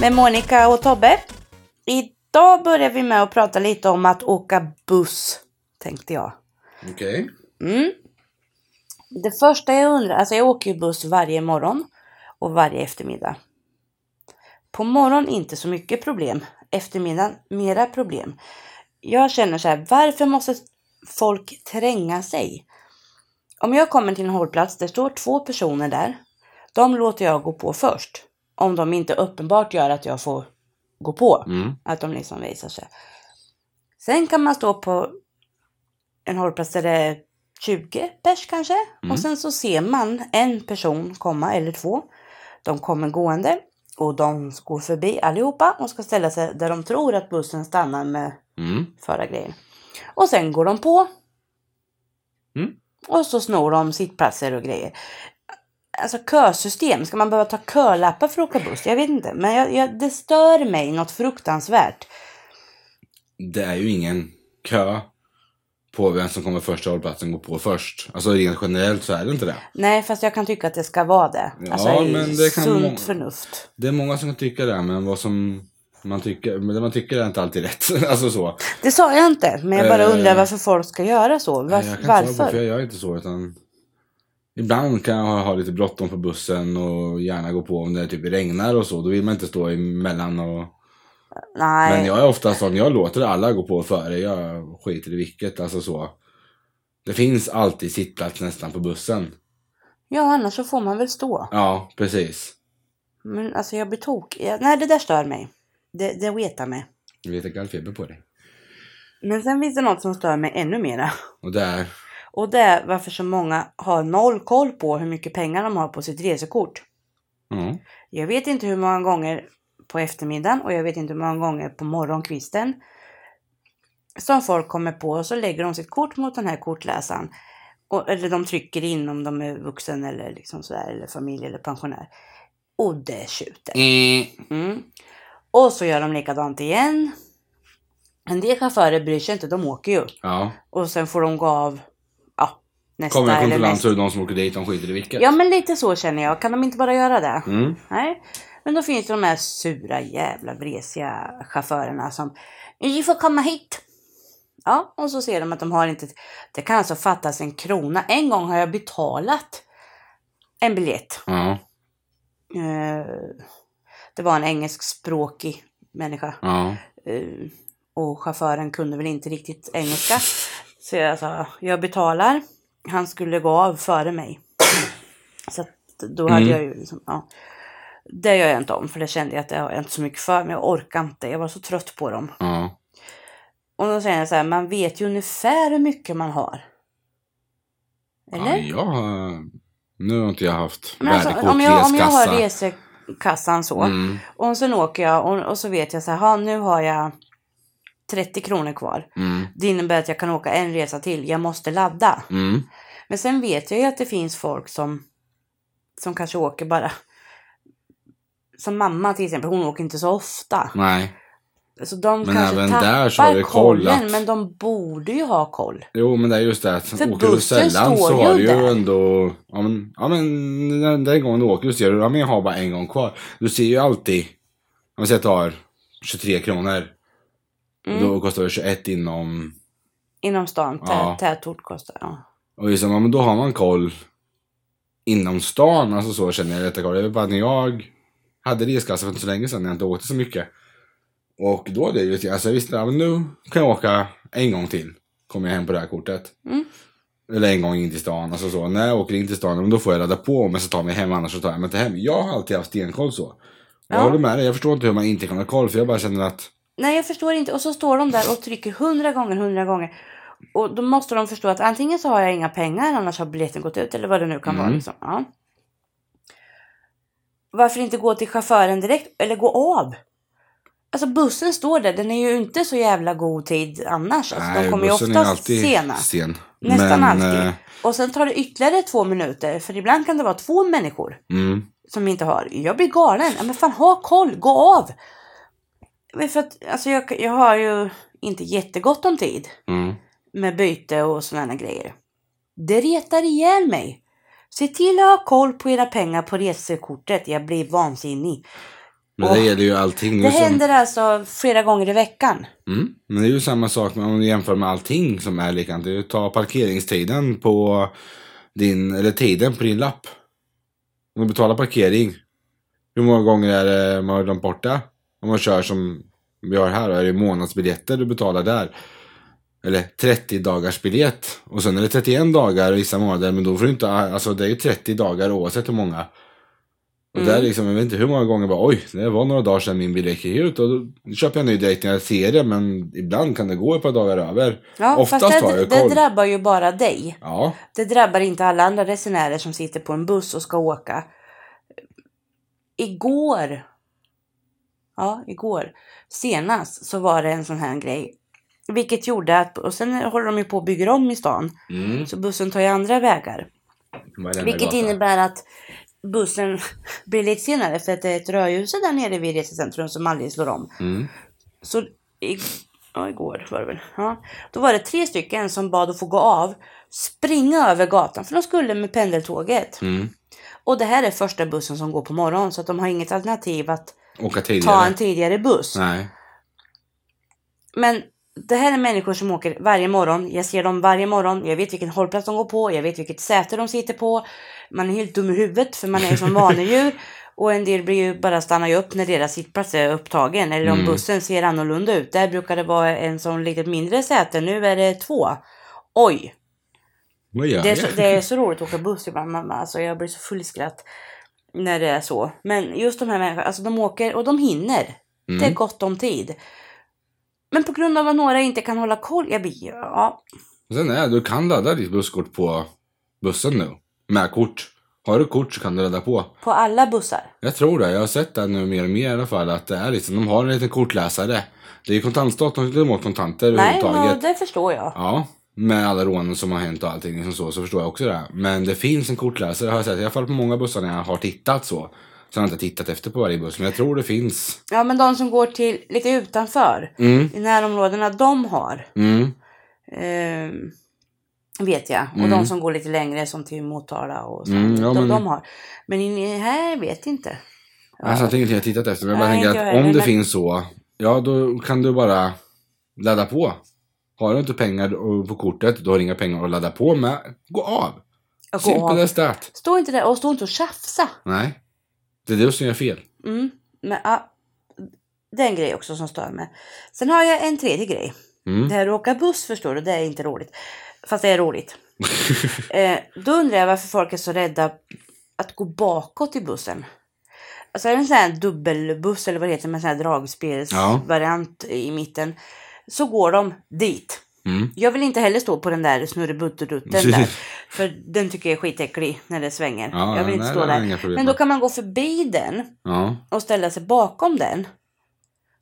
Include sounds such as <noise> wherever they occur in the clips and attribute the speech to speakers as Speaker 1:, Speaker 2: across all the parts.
Speaker 1: med Monica och Tobbe. Idag börjar vi med att prata lite om att åka buss, tänkte jag.
Speaker 2: Okej.
Speaker 1: Mm. Det första jag undrar, alltså jag åker ju buss varje morgon och varje eftermiddag. På morgonen inte så mycket problem, eftermiddagen mera problem. Jag känner så här, varför måste folk tränga sig? Om jag kommer till en hållplats, det står två personer där. De låter jag gå på först. Om de inte uppenbart gör att jag får gå på.
Speaker 2: Mm.
Speaker 1: Att de liksom visar sig. Sen kan man stå på en hållplats där det är 20 pers kanske.
Speaker 2: Mm.
Speaker 1: Och sen så ser man en person komma eller två. De kommer gående och de går förbi allihopa och ska ställa sig där de tror att bussen stannar med
Speaker 2: Mm.
Speaker 1: förra grejen. Och sen går de på.
Speaker 2: Mm.
Speaker 1: Och så snor de sittplatser och grejer. Alltså kösystem, ska man behöva ta kölappar för att åka buss? Jag vet inte, men jag, jag, det stör mig något fruktansvärt.
Speaker 2: Det är ju ingen kö på vem som kommer första hållplatsen går på först. Alltså rent generellt så är det inte det.
Speaker 1: Nej, fast jag kan tycka att det ska vara det.
Speaker 2: Ja,
Speaker 1: alltså, i
Speaker 2: men det kan
Speaker 1: sunt
Speaker 2: många-
Speaker 1: förnuft.
Speaker 2: Det är många som kan tycka det, men vad som man tycker, men det man tycker är inte alltid rätt. <laughs> alltså så.
Speaker 1: Det sa jag inte, men jag bara
Speaker 2: Eh,
Speaker 1: undrar varför folk ska göra så.
Speaker 2: Nej,
Speaker 1: Varf-
Speaker 2: jag kan inte svara på
Speaker 1: varför?
Speaker 2: för jag gör inte så utan Ibland kan jag ha ha lite bråttom på bussen och gärna gå på om det typ regnar och så. Då vill man inte stå emellan och...
Speaker 1: Nej,
Speaker 2: Men jag är ofta sån, jag låter alla gå på före. Jag skiter i vilket, alltså så. Det finns alltid sittplats nästan på bussen.
Speaker 1: ja, annars så får man väl stå.
Speaker 2: Ja, precis.
Speaker 1: Men alltså jag blir tokig. Jag- Nej, det där stör mig. Det, det retar mig.
Speaker 2: Jag vet att jag har feber på dig.
Speaker 1: Men sen finns det något som stör mig ännu mera.
Speaker 2: Och där.
Speaker 1: Och det är varför så många har noll koll på hur mycket pengar de har på sitt resekort.
Speaker 2: Ja.
Speaker 1: Jag vet inte hur många gånger på eftermiddagen och jag vet inte hur många gånger på morgonkvisten som folk kommer på och så lägger de sitt kort mot den här kortläsaren. Och, eller de trycker in om de är vuxen eller liksom sådär, eller familj eller pensionär. Och det tjuter.
Speaker 2: Eh.
Speaker 1: Mm. Och så gör de likadant igen. En del chaufförer bryr sig inte, de åker ju.
Speaker 2: Ja.
Speaker 1: Och sen får de gå av ja, nästa
Speaker 2: Kommer en
Speaker 1: eller
Speaker 2: kontrollant
Speaker 1: nästa.
Speaker 2: så är det de som åker dit, de skiter i vilket.
Speaker 1: Ja men lite så känner jag. Kan de inte bara göra det?
Speaker 2: Mm.
Speaker 1: Nej. Men då finns det de här sura jävla vresiga chaufförerna som Ni får komma hit! Ja, och så ser de att de har inte... Det kan alltså fattas en krona. En gång har jag betalat en biljett.
Speaker 2: Ja.
Speaker 1: Eh, Det var en engelskspråkig människa.
Speaker 2: Ja.
Speaker 1: Eh, och chauffören kunde väl inte riktigt engelska. Så jag sa, jag betalar. Han skulle gå av före mig. Så att då hade
Speaker 2: Mm.
Speaker 1: jag ju liksom, ja. Det gör jag inte om för det kände jag att det har jag inte så mycket för. Men jag orkar inte, jag var så trött på dem.
Speaker 2: Ja.
Speaker 1: Och då säger jag så här, man vet ju ungefär hur mycket man har. Eller?
Speaker 2: Ja, jag har... Nu har inte jag haft
Speaker 1: Men alltså,
Speaker 2: värdekort,
Speaker 1: om, jag, om jag har
Speaker 2: reskassa.
Speaker 1: resekassan så.
Speaker 2: Mm,
Speaker 1: Och sen åker jag och, och så vet jag så här, "Ha, nu har jag 30 kronor kvar.
Speaker 2: mm,
Speaker 1: Det innebär att jag kan åka en resa till. Jag måste ladda.
Speaker 2: mm.
Speaker 1: Men sen vet jag ju att det finns folk som, som kanske åker bara. Som mamma till exempel, hon åker inte så ofta.
Speaker 2: Nej.
Speaker 1: Så de
Speaker 2: Men
Speaker 1: kanske
Speaker 2: även
Speaker 1: tappar
Speaker 2: där så har vi
Speaker 1: kollen,
Speaker 2: kollat.
Speaker 1: men de borde ju ha koll.
Speaker 2: Jo, men det är just det att
Speaker 1: För
Speaker 2: åker du
Speaker 1: bussen
Speaker 2: sällan
Speaker 1: står
Speaker 2: så har
Speaker 1: ju
Speaker 2: du ju
Speaker 1: där.
Speaker 2: ändå... Ja, men, ja, men den, den gången du åker du ser du, ja, men jag har bara en gång kvar. Du ser ju alltid, om vi säger att du har 23 kronor,
Speaker 1: Mm.
Speaker 2: då kostar det 21 inom...
Speaker 1: Inom stan, tä-
Speaker 2: Ja.
Speaker 1: tätort kostar. Ja.
Speaker 2: Och liksom, ja, men då har man koll inom stan, alltså så känner jag detta koll. Jag vet bara när jag hade reskassa för inte så länge sedan, när jag inte åkte så mycket. Och då hade jag ju, alltså jag visste, ja, men nu kan jag åka en gång till. Kommer jag hem på det här kortet.
Speaker 1: Mm.
Speaker 2: Eller en gång in till stan, alltså så. När jag åker in till stan, ja, men då får jag ladda på om jag ska ta mig hem, annars så tar jag mig inte hem. Jag har alltid haft stenkoll så. Jag
Speaker 1: Ja.
Speaker 2: håller med dig, jag förstår inte hur man inte kan ha koll, för jag bara känner att,
Speaker 1: Nej, jag förstår inte. Och så står de där och trycker hundra gånger, hundra gånger. Och då måste de förstå att antingen så har jag inga pengar, annars har biljetten gått ut eller vad det nu kan vara.
Speaker 2: Mm.
Speaker 1: Liksom. Ja. Varför inte gå till chauffören direkt eller gå av? Alltså bussen står där, den är ju inte så jävla god tid annars. Alltså, de kommer ju
Speaker 2: bussen är
Speaker 1: oftast
Speaker 2: alltid
Speaker 1: sena.
Speaker 2: sen.
Speaker 1: Nästan
Speaker 2: Men,
Speaker 1: alltid.
Speaker 2: eh,
Speaker 1: Och sen tar det ytterligare två minuter, för ibland kan det vara två människor
Speaker 2: Mm,
Speaker 1: som inte har. Jag blir galen. Ja, Men fan ha koll, gå av! Men för att, alltså jag, jag har ju inte jättegott om tid
Speaker 2: mm.
Speaker 1: med byte och sådana grejer. Det retar ihjäl mig. Se till att ha koll på era pengar på resekortet. Jag blir vansinnig.
Speaker 2: Men det gäller ju allting. nu
Speaker 1: Det
Speaker 2: som-
Speaker 1: händer alltså flera gånger i veckan.
Speaker 2: Mm. Men det är ju samma sak med- om du jämför med allting som är likadant. Du tar parkeringstiden på din, eller tiden på din lapp. Om du betalar parkering, hur många gånger är det eh, man har glömt borta? Om man kör som vi har här, är det månadsbiljetter du betalar där? Eller 30 dagars biljett. Och sen är det 31 dagar i vissa månader, men då får du inte, alltså det är ju 30 dagar oavsett hur många. Och
Speaker 1: Mm.
Speaker 2: där liksom, jag vet inte hur många gånger jag bara oj, det var några dagar sedan min bil gick ut och då köper jag en ny direkt när jag ser det men ibland kan det gå ett par dagar över.
Speaker 1: Ja,
Speaker 2: Oftast
Speaker 1: fast
Speaker 2: har
Speaker 1: det,
Speaker 2: jag
Speaker 1: det
Speaker 2: koll.
Speaker 1: drabbar ju bara dig.
Speaker 2: Ja,
Speaker 1: Det drabbar inte alla andra resenärer som sitter på en buss och ska åka. Igår, ja igår, senast så var det en sån här grej. Vilket gjorde att, och sen håller de ju på och bygger om i stan.
Speaker 2: mm.
Speaker 1: Så bussen tar ju andra vägar.
Speaker 2: Varenda
Speaker 1: Vilket
Speaker 2: gata.
Speaker 1: innebär att bussen <laughs> blir lite senare för att det är ett rödljus där nere vid resecentrum som aldrig slår om.
Speaker 2: Mm.
Speaker 1: Så i, ja, igår var det väl. Ja. Då var det tre stycken som bad att få gå av, springa över gatan för de skulle med pendeltåget.
Speaker 2: Mm.
Speaker 1: Och det här är första bussen som går på morgonen så att de har inget alternativ att
Speaker 2: Åka tidigare.
Speaker 1: ta en tidigare buss.
Speaker 2: Nej.
Speaker 1: Men det här är människor som åker varje morgon. Jag ser dem varje morgon. Jag vet vilken hållplats de går på. Jag vet vilket säte de sitter på. Man är helt dum i huvudet för man är som vanedjur. Och en del blir ju bara stannar ju upp när deras sittplats är upptagen. Eller om
Speaker 2: Mm.
Speaker 1: bussen ser annorlunda ut. Där brukar det vara en sån lite mindre säte. Nu är det två. Oj!
Speaker 2: Vad gör
Speaker 1: Det är,
Speaker 2: jag?
Speaker 1: så, det är så roligt att åka buss ibland. Man, alltså jag blir så full i skratt när det är så. Men just de här människorna, alltså de åker och de hinner. Det är
Speaker 2: Mm.
Speaker 1: gott om tid. Men på grund av att några inte kan hålla koll, jag blir ja.
Speaker 2: Och Sen är du kan ladda ditt busskort på bussen nu. Med kort. Har du kort så kan du ladda på.
Speaker 1: På alla bussar.
Speaker 2: Jag tror det. Jag har sett det nu mer och mer i alla fall. Att det är liksom, de har en liten kortläsare. Det är ju kontantstat. De tar emot kontanter
Speaker 1: Nej,
Speaker 2: överhuvudtaget.
Speaker 1: men det förstår jag.
Speaker 2: Ja, med alla rånen som har hänt och allting liksom så, så förstår jag också det. Men det finns en kortläsare har jag sett, i alla fall på många bussar när jag har tittat så. Sen har jag inte tittat efter på varje buss, men jag tror det finns.
Speaker 1: Ja, men de som går till lite utanför,
Speaker 2: Mm,
Speaker 1: i närområdena, de har.
Speaker 2: mm,
Speaker 1: ehm, vet jag. Och
Speaker 2: Mm.
Speaker 1: de som går lite längre, som till Motala och så.
Speaker 2: Mm, ja,
Speaker 1: de,
Speaker 2: men-
Speaker 1: de har. Men i- här vet inte. Ja.
Speaker 2: Alltså jag tänker inte jag har tittat efter, men jag bara
Speaker 1: Nej,
Speaker 2: tänker
Speaker 1: inte jag
Speaker 2: att om det
Speaker 1: heller, men-
Speaker 2: finns så, ja då kan du bara ladda på. Har du inte pengar och- på kortet, du har inga pengar att ladda på med, gå av.
Speaker 1: Och gå
Speaker 2: Simple
Speaker 1: av.
Speaker 2: as that.
Speaker 1: Stå inte där och stå inte och tjafsa.
Speaker 2: Nej, det är du som gör fel.
Speaker 1: Mm. Men, ja, det är en grej också som stör mig. Sen har jag en tredje grej.
Speaker 2: Mm.
Speaker 1: Det här att åka buss förstår du, det är inte roligt. Fast det är
Speaker 2: <laughs>
Speaker 1: roligt. eh, då undrar jag varför folk är så rädda att gå bakåt i bussen. Alltså är det en sån här dubbelbuss eller vad det heter med en sån här
Speaker 2: Ja.
Speaker 1: dragspelsvariant i mitten. Så går de dit.
Speaker 2: Mm.
Speaker 1: Jag vill inte heller stå på den där snurrebutterutten
Speaker 2: <laughs>
Speaker 1: där. För den tycker jag är skitäcklig när det svänger.
Speaker 2: Ja,
Speaker 1: jag vill inte
Speaker 2: nej,
Speaker 1: stå
Speaker 2: det är
Speaker 1: där.
Speaker 2: inga problem
Speaker 1: Men då
Speaker 2: med.
Speaker 1: kan man gå förbi den
Speaker 2: Ja.
Speaker 1: och ställa sig bakom den.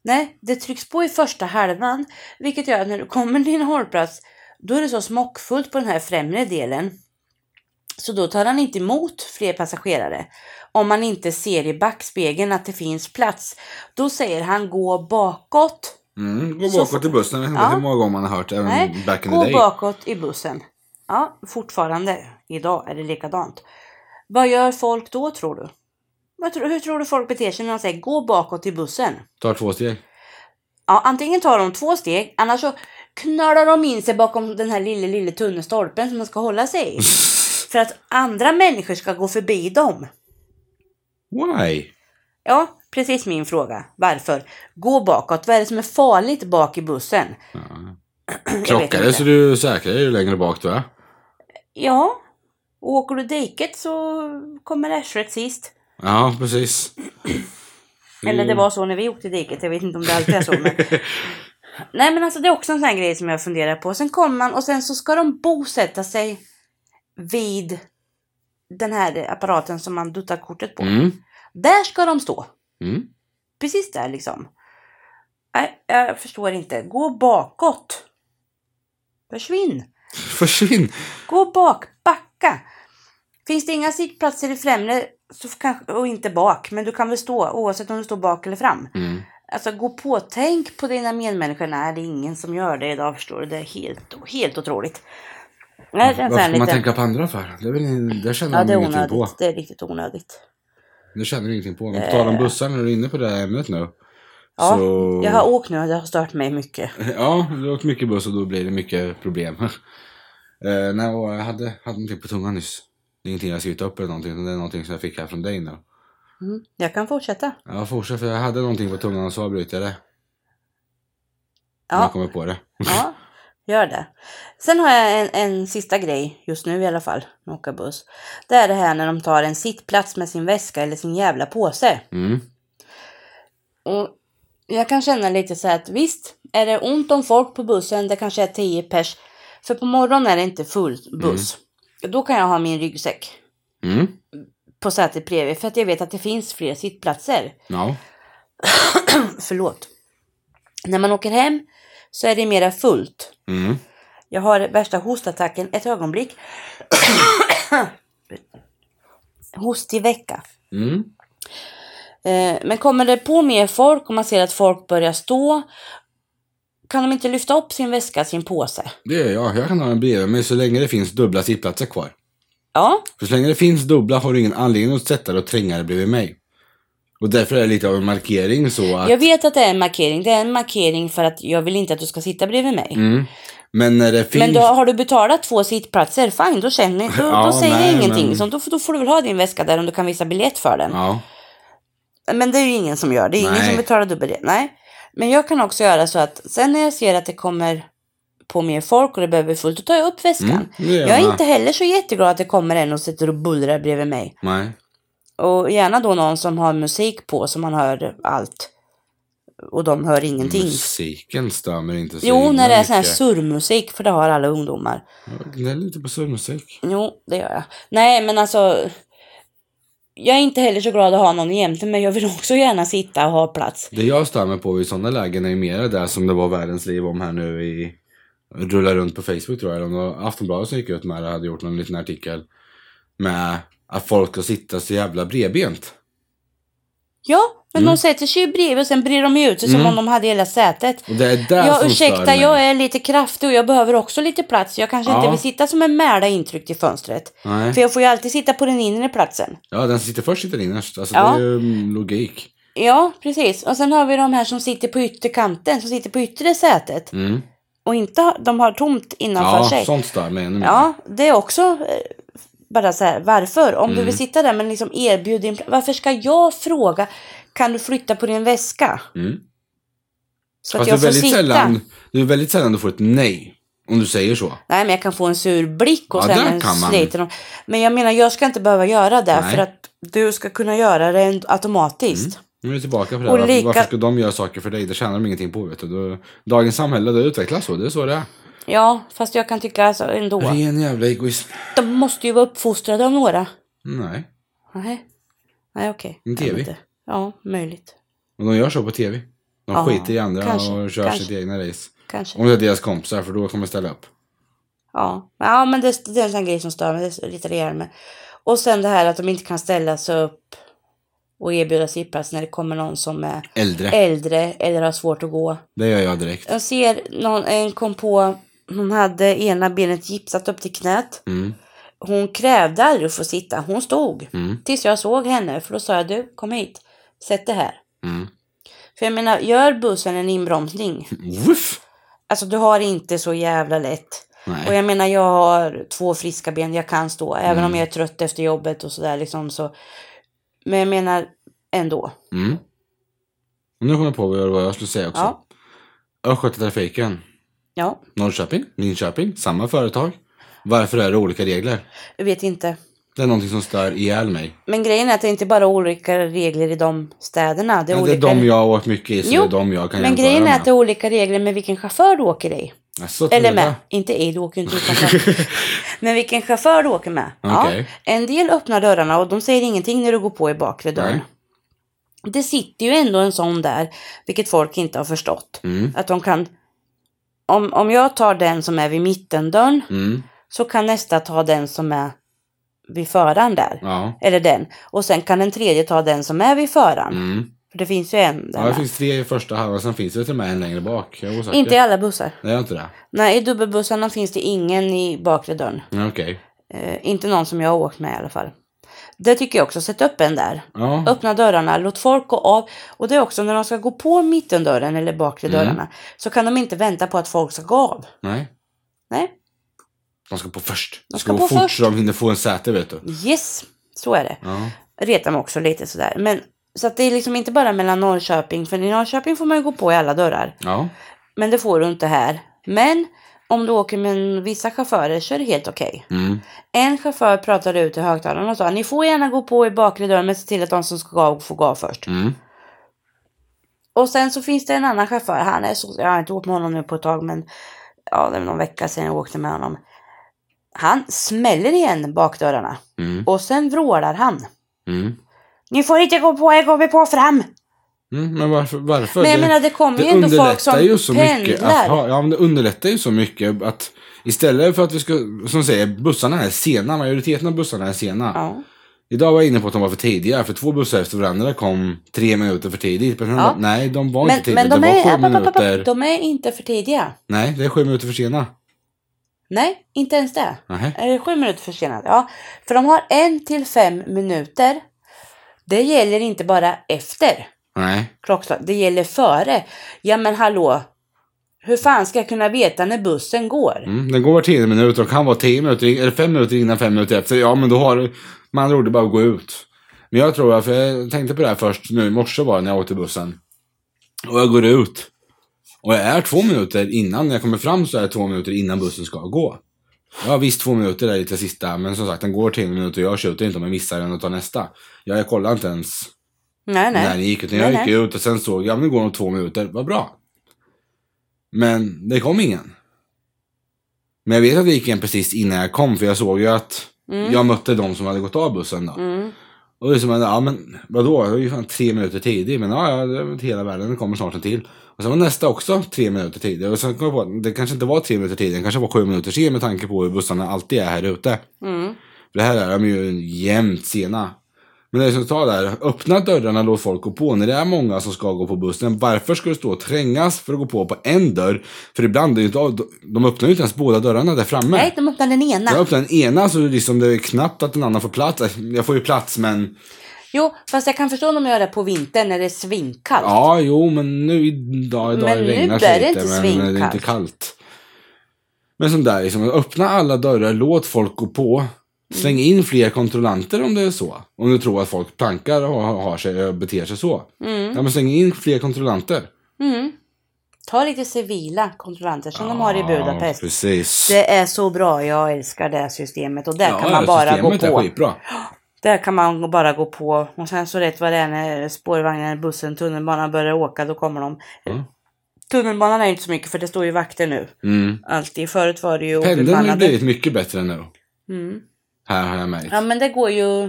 Speaker 1: Nej, det trycks på i första halvan, vilket gör att när du kommer till din hållplats, då är det så smockfullt på den här främre delen. Så då tar han inte emot fler passagerare. Om man inte ser i backspegeln att det finns plats. Då säger han gå bakåt.
Speaker 2: Mm, gå
Speaker 1: Så-
Speaker 2: bakåt i bussen. Jag vet inte
Speaker 1: Ja.
Speaker 2: hur många gånger man har hört även
Speaker 1: Nej,
Speaker 2: Mm, back in the
Speaker 1: gå
Speaker 2: day.
Speaker 1: bakåt i bussen. Ja, fortfarande. Idag är det likadant. Vad gör folk då tror du? Vad tror- Hur tror du folk beter sig när de säger gå bakåt i bussen?
Speaker 2: Tar två steg.
Speaker 1: Ja, antingen tar de två steg, annars så knölar de in sig bakom den här lilla, lilla tunna stolpen som man ska hålla sig
Speaker 2: <laughs>
Speaker 1: i. För att andra människor ska gå förbi dem.
Speaker 2: Why?
Speaker 1: Ja, precis min fråga. Varför? Gå bakåt. Vad är det som är farligt bak i bussen?
Speaker 2: Ja.
Speaker 1: Jag vet
Speaker 2: Krockar det
Speaker 1: inte.
Speaker 2: så du säkrar ju längre bak du är.
Speaker 1: Ja. Och åker du diket så kommer arslet sist.
Speaker 2: Ja, precis.
Speaker 1: Eller det var så när vi åkte diket. Jag vet inte om det alltid är så. Men... Nej men alltså det är också en sån här grej som jag funderar på. Sen kommer man och sen så ska de bosätta sig vid den här apparaten som man duttar kortet på.
Speaker 2: Mm.
Speaker 1: Där ska de stå.
Speaker 2: Mm.
Speaker 1: Precis där liksom. Nej, jag förstår inte. Gå bakåt. Försvinn.
Speaker 2: Försvinn!
Speaker 1: Gå bak, backa. Finns det inga sittplatser i främre så kanske, och inte bak, men du kan väl stå oavsett om du står bak eller fram.
Speaker 2: Mm.
Speaker 1: Alltså gå på, tänk på dina medmänniskor. Nej, det är ingen som gör det idag förstår du. Det är helt, helt otroligt. Nej, det är en sån
Speaker 2: Varför
Speaker 1: här
Speaker 2: ska man
Speaker 1: liten-
Speaker 2: tänka på andra för? Det, är väl, in- det känner
Speaker 1: Ja, det är
Speaker 2: man ingenting på.
Speaker 1: onödigt. Det är riktigt onödigt.
Speaker 2: Nu känner du ingenting på honom. På tal om bussar, när du är inne på det här ämnet nu.
Speaker 1: Eh. Ja,
Speaker 2: så...
Speaker 1: Jag har åkt nu och det har stört mig mycket.
Speaker 2: Ja, du har åkt mycket buss och då blir det mycket problem. <laughs> Eh, nej, och jag hade, hade någonting på tungan nyss. Det är ingenting jag har skrivit upp eller någonting, utan det är någonting som jag fick här från dig nu.
Speaker 1: Mm. Jag kan fortsätta.
Speaker 2: Ja, fortsätt, för jag hade någonting på tungan och så avbryter jag det. Ja. Jag
Speaker 1: Ja,
Speaker 2: kommer på det.
Speaker 1: ja gör det. Sen har jag en, en sista grej, just nu i alla fall, med att åka buss. Det är det här när de tar en sittplats med sin väska eller sin jävla påse.
Speaker 2: Mm.
Speaker 1: Och jag kan känna lite så här att visst, är det ont om folk på bussen, det kanske är 10 pers. För på morgonen är det inte full buss. Då kan jag ha min ryggsäck
Speaker 2: Mm.
Speaker 1: på sätet bredvid för att jag vet att det finns fler sittplatser.
Speaker 2: Ja.
Speaker 1: Förlåt. När man åker hem så är det mera fullt.
Speaker 2: Mm.
Speaker 1: Jag har värsta hostattacken. Ett ögonblick. <coughs> Host i vecka.
Speaker 2: Mm.
Speaker 1: Eh, men kommer det på mer folk och man ser att folk börjar stå. Kan de inte lyfta upp sin väska, sin påse?
Speaker 2: Det gör jag. Jag kan ha den bredvid mig så länge det finns dubbla sittplatser kvar.
Speaker 1: Ja,
Speaker 2: För så länge det finns dubbla har du ingen anledning att sätta dig och tränga dig bredvid mig. Och därför är det lite av en markering så att...
Speaker 1: jag vet att det är en markering. Det är en markering för att jag vill inte att du ska sitta bredvid mig.
Speaker 2: Mm. Men när det finns...
Speaker 1: Men då, har du betalat två sittplatser, fine, då, känner, då,
Speaker 2: <laughs> Ja,
Speaker 1: då säger
Speaker 2: nej,
Speaker 1: jag ingenting.
Speaker 2: men-
Speaker 1: Så då, får- då får du väl ha din väska där om du kan visa biljett för den.
Speaker 2: Ja.
Speaker 1: Men det är ju ingen som gör. Det är ingen
Speaker 2: Nej.
Speaker 1: som betalar dubbel Nej. Men jag kan också göra så att sen när jag ser att det kommer på mer folk och det behöver bli fullt, då tar jag upp väskan.
Speaker 2: Mm, det gör
Speaker 1: Jag är
Speaker 2: man.
Speaker 1: inte heller så jätteglad att det kommer en och sitter och bullrar bredvid mig.
Speaker 2: Nej.
Speaker 1: Och gärna då någon som har musik på så man hör allt. Och de hör ingenting.
Speaker 2: Musiken stör mig inte så
Speaker 1: Jo,
Speaker 2: himla
Speaker 1: när det är sån här
Speaker 2: mycket.
Speaker 1: surrmusik, för det har alla ungdomar.
Speaker 2: Jag gnäller inte på surrmusik.
Speaker 1: Jo, det gör jag. Nej, men alltså. Jag är inte heller så glad att ha någon jämte mig. Jag vill också gärna sitta och ha plats.
Speaker 2: Det jag stör mig på i sådana lägen är ju mera det som det var världens liv om här nu i... Rullar runt på Facebook tror jag. Eller om det var Aftonbladet som gick ut med det hade gjort någon liten artikel. Med att folk ska sitta så jävla bredbent.
Speaker 1: Ja, men
Speaker 2: Mm.
Speaker 1: de sätter sig ju bredvid och sen brer de ut sig som om de hade hela sätet.
Speaker 2: Och Mm. det är där
Speaker 1: Ja,
Speaker 2: som stör
Speaker 1: ursäkta,
Speaker 2: mig.
Speaker 1: jag är lite kraftig och jag behöver också lite plats. Jag kanske inte
Speaker 2: Ja.
Speaker 1: vill sitta som en märda intryckt i fönstret.
Speaker 2: Nej.
Speaker 1: För jag får ju alltid sitta på den inre platsen.
Speaker 2: Ja, den som sitter först sitter innerst. Alltså
Speaker 1: Ja.
Speaker 2: det är ju mm, logik.
Speaker 1: Ja, precis. Och sen har vi de här som sitter på ytterkanten, som sitter på yttre sätet.
Speaker 2: Mm.
Speaker 1: Och inte, har- de har tomt innanför
Speaker 2: Ja,
Speaker 1: sig.
Speaker 2: sånt stör mig ännu mer.
Speaker 1: Ja, det är också eh, bara så här, varför? Om du vill
Speaker 2: Mm.
Speaker 1: sitta där men liksom erbjud din pla- Varför ska jag fråga, kan du flytta på din väska?
Speaker 2: Mm.
Speaker 1: Så att
Speaker 2: Fast
Speaker 1: jag
Speaker 2: det,
Speaker 1: får
Speaker 2: är väldigt
Speaker 1: sitta.
Speaker 2: sällan, det är väldigt sällan du får ett nej. Om du säger så.
Speaker 1: Nej, men jag kan få en sur blick och
Speaker 2: Ja,
Speaker 1: sen
Speaker 2: där
Speaker 1: en
Speaker 2: kan man.
Speaker 1: sliten. om- Men jag menar, jag ska inte behöva göra det
Speaker 2: Nej. Mm.
Speaker 1: för att du ska kunna göra det en- automatiskt.
Speaker 2: Nu är vi tillbaka på det
Speaker 1: Och
Speaker 2: här. Varför,
Speaker 1: lika-
Speaker 2: varför ska de göra saker för dig? Det tjänar de ingenting på. Vet du. Då, dagens samhälle det utvecklas så. Det är så det är.
Speaker 1: Ja, fast jag kan tycka alltså ändå.
Speaker 2: Ren jävla egoism.
Speaker 1: De måste ju vara uppfostrade av några.
Speaker 2: Nej.
Speaker 1: Nej, Nej okej.
Speaker 2: En
Speaker 1: Jag
Speaker 2: TV.
Speaker 1: vet inte. Ja, möjligt.
Speaker 2: Men de gör så på tv. De
Speaker 1: Ja,
Speaker 2: skiter i andra
Speaker 1: kanske,
Speaker 2: och kör
Speaker 1: kanske.
Speaker 2: sitt egna race.
Speaker 1: Kanske.
Speaker 2: Om det är deras kompisar, för då kommer de ställa upp.
Speaker 1: Ja, ja men det, det är en sån grej som stör mig. Det irriterar ihjäl mig. Och sen det här att de inte kan ställa sig upp och erbjuda sittplats när det kommer någon som är
Speaker 2: Äldre.
Speaker 1: äldre eller har svårt att gå.
Speaker 2: Det gör jag direkt.
Speaker 1: Jag ser någon, en kom på, hon hade ena benet gipsat upp till knät.
Speaker 2: Mm.
Speaker 1: Hon krävde aldrig att få sitta, hon stod.
Speaker 2: Mm.
Speaker 1: Tills jag såg henne, för då sa jag du, kom hit, sätt dig här.
Speaker 2: Mm.
Speaker 1: För jag menar, gör bussen en inbromsning.
Speaker 2: Woof!
Speaker 1: Alltså du har inte så jävla lätt.
Speaker 2: Nej.
Speaker 1: Och jag menar, jag har två friska ben, jag kan stå. Även
Speaker 2: Mm.
Speaker 1: om jag är trött efter jobbet och sådär liksom så. Men jag menar ändå.
Speaker 2: Mm. Och nu kommer jag på vad jag skulle säga också.
Speaker 1: Ja.
Speaker 2: Östgötatrafiken.
Speaker 1: Ja,
Speaker 2: Norrköping, Linköping, samma företag. Varför är det olika regler?
Speaker 1: jag vet inte.
Speaker 2: Det är någonting som stör ihjäl mig.
Speaker 1: Men grejen är att det är inte bara olika regler i de städerna. Det är,
Speaker 2: Men det är
Speaker 1: olika...
Speaker 2: de jag har åkt mycket i, så
Speaker 1: Jo,
Speaker 2: det är de jag kan
Speaker 1: Men
Speaker 2: jämföra
Speaker 1: grejen är
Speaker 2: med.
Speaker 1: att det är olika regler med vilken chaufför du åker i.
Speaker 2: Jaså, tror
Speaker 1: Eller
Speaker 2: du
Speaker 1: med.
Speaker 2: det?
Speaker 1: Inte i, du åker ju inte utan chaufför. Men vilken chaufför du åker med.
Speaker 2: Okej.
Speaker 1: Ja, en del öppnar dörrarna och de säger ingenting när du går på i bakre dörren.
Speaker 2: Nej.
Speaker 1: Det sitter ju ändå en sån där, vilket folk inte har förstått.
Speaker 2: <laughs> Mm.
Speaker 1: Att de kan... Om, om jag tar den som är vid mittendörren
Speaker 2: Mm.
Speaker 1: så kan nästa ta den som är vid föraren där.
Speaker 2: Ja.
Speaker 1: Eller den. Och sen kan en tredje ta den som är vid föraren.
Speaker 2: Mm.
Speaker 1: För det finns ju en där
Speaker 2: ja. Det
Speaker 1: med.
Speaker 2: finns tre i första halvan, sen finns det till och med en längre bak. Jag är osäker.
Speaker 1: Inte i alla bussar.
Speaker 2: Nej, jag är inte det.
Speaker 1: Nej, i dubbelbussarna finns det ingen i bakre dörren.
Speaker 2: Ja, Okej.
Speaker 1: Eh, inte någon som jag har åkt med i alla fall. Det tycker jag också, sätt upp en där.
Speaker 2: Ja.
Speaker 1: Öppna dörrarna, låt folk gå av. Och det är också när de ska gå på mittendörren eller bakre
Speaker 2: Mm.
Speaker 1: dörrarna så kan de inte vänta på att folk ska gå av.
Speaker 2: Nej.
Speaker 1: Nej.
Speaker 2: De ska på först.
Speaker 1: De
Speaker 2: De
Speaker 1: ska
Speaker 2: ska, gå
Speaker 1: på
Speaker 2: fort
Speaker 1: först.
Speaker 2: så de hinner få en säte vet du.
Speaker 1: Yes, så är det.
Speaker 2: Ja.
Speaker 1: Retar mig också lite sådär. Men, så att det är liksom inte bara mellan Norrköping, för i Norrköping får man ju gå på i alla dörrar.
Speaker 2: Ja.
Speaker 1: Men det får du inte här. Men om du åker med en- vissa chaufförer så är det helt okej.
Speaker 2: Mm.
Speaker 1: En chaufför pratade ut i högtalaren och sa ni får gärna gå på i bakre dörren men se till att de som ska gå av får gå av först.
Speaker 2: Mm.
Speaker 1: Och sen så finns det en annan chaufför. Han är så, jag har inte åkt med honom nu på ett tag men ja, det är väl någon vecka sedan jag åkte med honom. Han smäller igen bakdörrarna
Speaker 2: Mm.
Speaker 1: och sen vrålar han.
Speaker 2: Mm.
Speaker 1: Ni får inte gå på, jag går vi på fram.
Speaker 2: Mm. Men varför? varför?
Speaker 1: Men jag
Speaker 2: Det-
Speaker 1: menar det kommer ju
Speaker 2: Det
Speaker 1: ändå folk
Speaker 2: underlättar
Speaker 1: som
Speaker 2: ju så mycket. Att
Speaker 1: pendlar.
Speaker 2: ha, ja, men det underlättar ju så mycket att istället för att vi ska, som säger, bussarna är sena, majoriteten av bussarna är sena.
Speaker 1: Ja.
Speaker 2: Idag var jag inne på att de var för tidiga, för två bussar efter varandra kom tre minuter för tidigt. Men
Speaker 1: Ja.
Speaker 2: nej, de var inte
Speaker 1: Men,
Speaker 2: tidiga,
Speaker 1: men de,
Speaker 2: de var
Speaker 1: är,
Speaker 2: sju
Speaker 1: app, app, app,
Speaker 2: minuter.
Speaker 1: app, de är inte för tidiga.
Speaker 2: Nej, det är sju minuter för sena.
Speaker 1: Nej, inte ens det.
Speaker 2: Nähä.
Speaker 1: Är det sju minuter försenad? Ja, för de har en till fem minuter. Det gäller inte bara efter
Speaker 2: Nej,
Speaker 1: klockslag, det gäller före. Ja men hallå, hur fan ska jag kunna veta när bussen går?
Speaker 2: mm, den går var tio minuter och kan vara tio minuter, in- eller fem minuter innan, fem minuter efter. Ja, men då har du, man andra ord, det är bara att gå ut. Men jag tror, för jag tänkte på det här först nu i morse bara när jag åkte bussen. Och jag går ut. Och jag är två minuter innan, när jag kommer fram så är jag två minuter innan bussen ska gå. Ja visst, två minuter är lite sista, men som sagt den går tio minuter och jag skjuter inte om jag missar den och tar nästa. Ja, jag kollar inte ens
Speaker 1: Nej nej.
Speaker 2: när ni gick. Utan
Speaker 1: Nej,
Speaker 2: jag gick
Speaker 1: nej.
Speaker 2: ut och sen såg jag, men det går om två minuter, vad bra. Men det kom ingen. Men jag vet att det gick en precis innan jag kom, för jag såg ju att
Speaker 1: Mm.
Speaker 2: jag mötte de som hade gått av bussen då.
Speaker 1: Mm.
Speaker 2: Och det är som att, ja men vadå, jag var ju fan tre minuter tidig. Men ja, ja, det är väl hela världen, det kommer snart en till. Och sen var nästa också tre minuter tidig. Och sen kom jag på att det kanske inte var tre minuter tidig, det kanske var sju minuter sen med tanke på hur bussarna alltid är här ute.
Speaker 1: Mm.
Speaker 2: För det här är de ju jämt sena. Men det är som står där, öppna dörrarna låt folk gå på. När det är många som ska gå på bussen, varför ska du stå och trängas för att gå på på en dörr? För ibland, är det ju inte, av- de öppnar ju inte ens båda dörrarna där framme.
Speaker 1: Nej, de öppnar den ena.
Speaker 2: Jag öppnar den ena så liksom det är knappt att den andra får plats. Alltså, Jag får ju plats men...
Speaker 1: Jo, fast jag kan förstå om de gör det på vintern när det är svinkallt.
Speaker 2: Ja, jo men nu idag, idag
Speaker 1: Men nu
Speaker 2: regnar
Speaker 1: är
Speaker 2: det
Speaker 1: det
Speaker 2: lite
Speaker 1: inte
Speaker 2: men det är inte
Speaker 1: svinkallt.
Speaker 2: kallt. Men som där liksom, öppna alla dörrar, låt folk gå på. Släng in fler kontrollanter om det är så. Om du tror att folk plankar och har har sig och beter sig så.
Speaker 1: Mm.
Speaker 2: Ja men släng in fler kontrollanter.
Speaker 1: Mm. Ta lite civila kontrollanter som de har i
Speaker 2: Ja,
Speaker 1: Budapest.
Speaker 2: Precis.
Speaker 1: Det är så bra, jag älskar det här systemet och där
Speaker 2: Ja,
Speaker 1: kan man
Speaker 2: ja,
Speaker 1: bara gå
Speaker 2: systemet är
Speaker 1: på.
Speaker 2: skitbra.
Speaker 1: Där kan man bara gå på och sen så rätt vad det är när spårvagnen, bussen, tunnelbanan börjar åka då kommer de.
Speaker 2: Ja.
Speaker 1: Tunnelbanan är inte så mycket för det står ju vakter nu.
Speaker 2: Mm.
Speaker 1: Alltid. Förut var det ju
Speaker 2: Pendeln har ju
Speaker 1: obemannade.
Speaker 2: blivit mycket bättre nu.
Speaker 1: Mm.
Speaker 2: Här har jag märkt.
Speaker 1: Ja men det går ju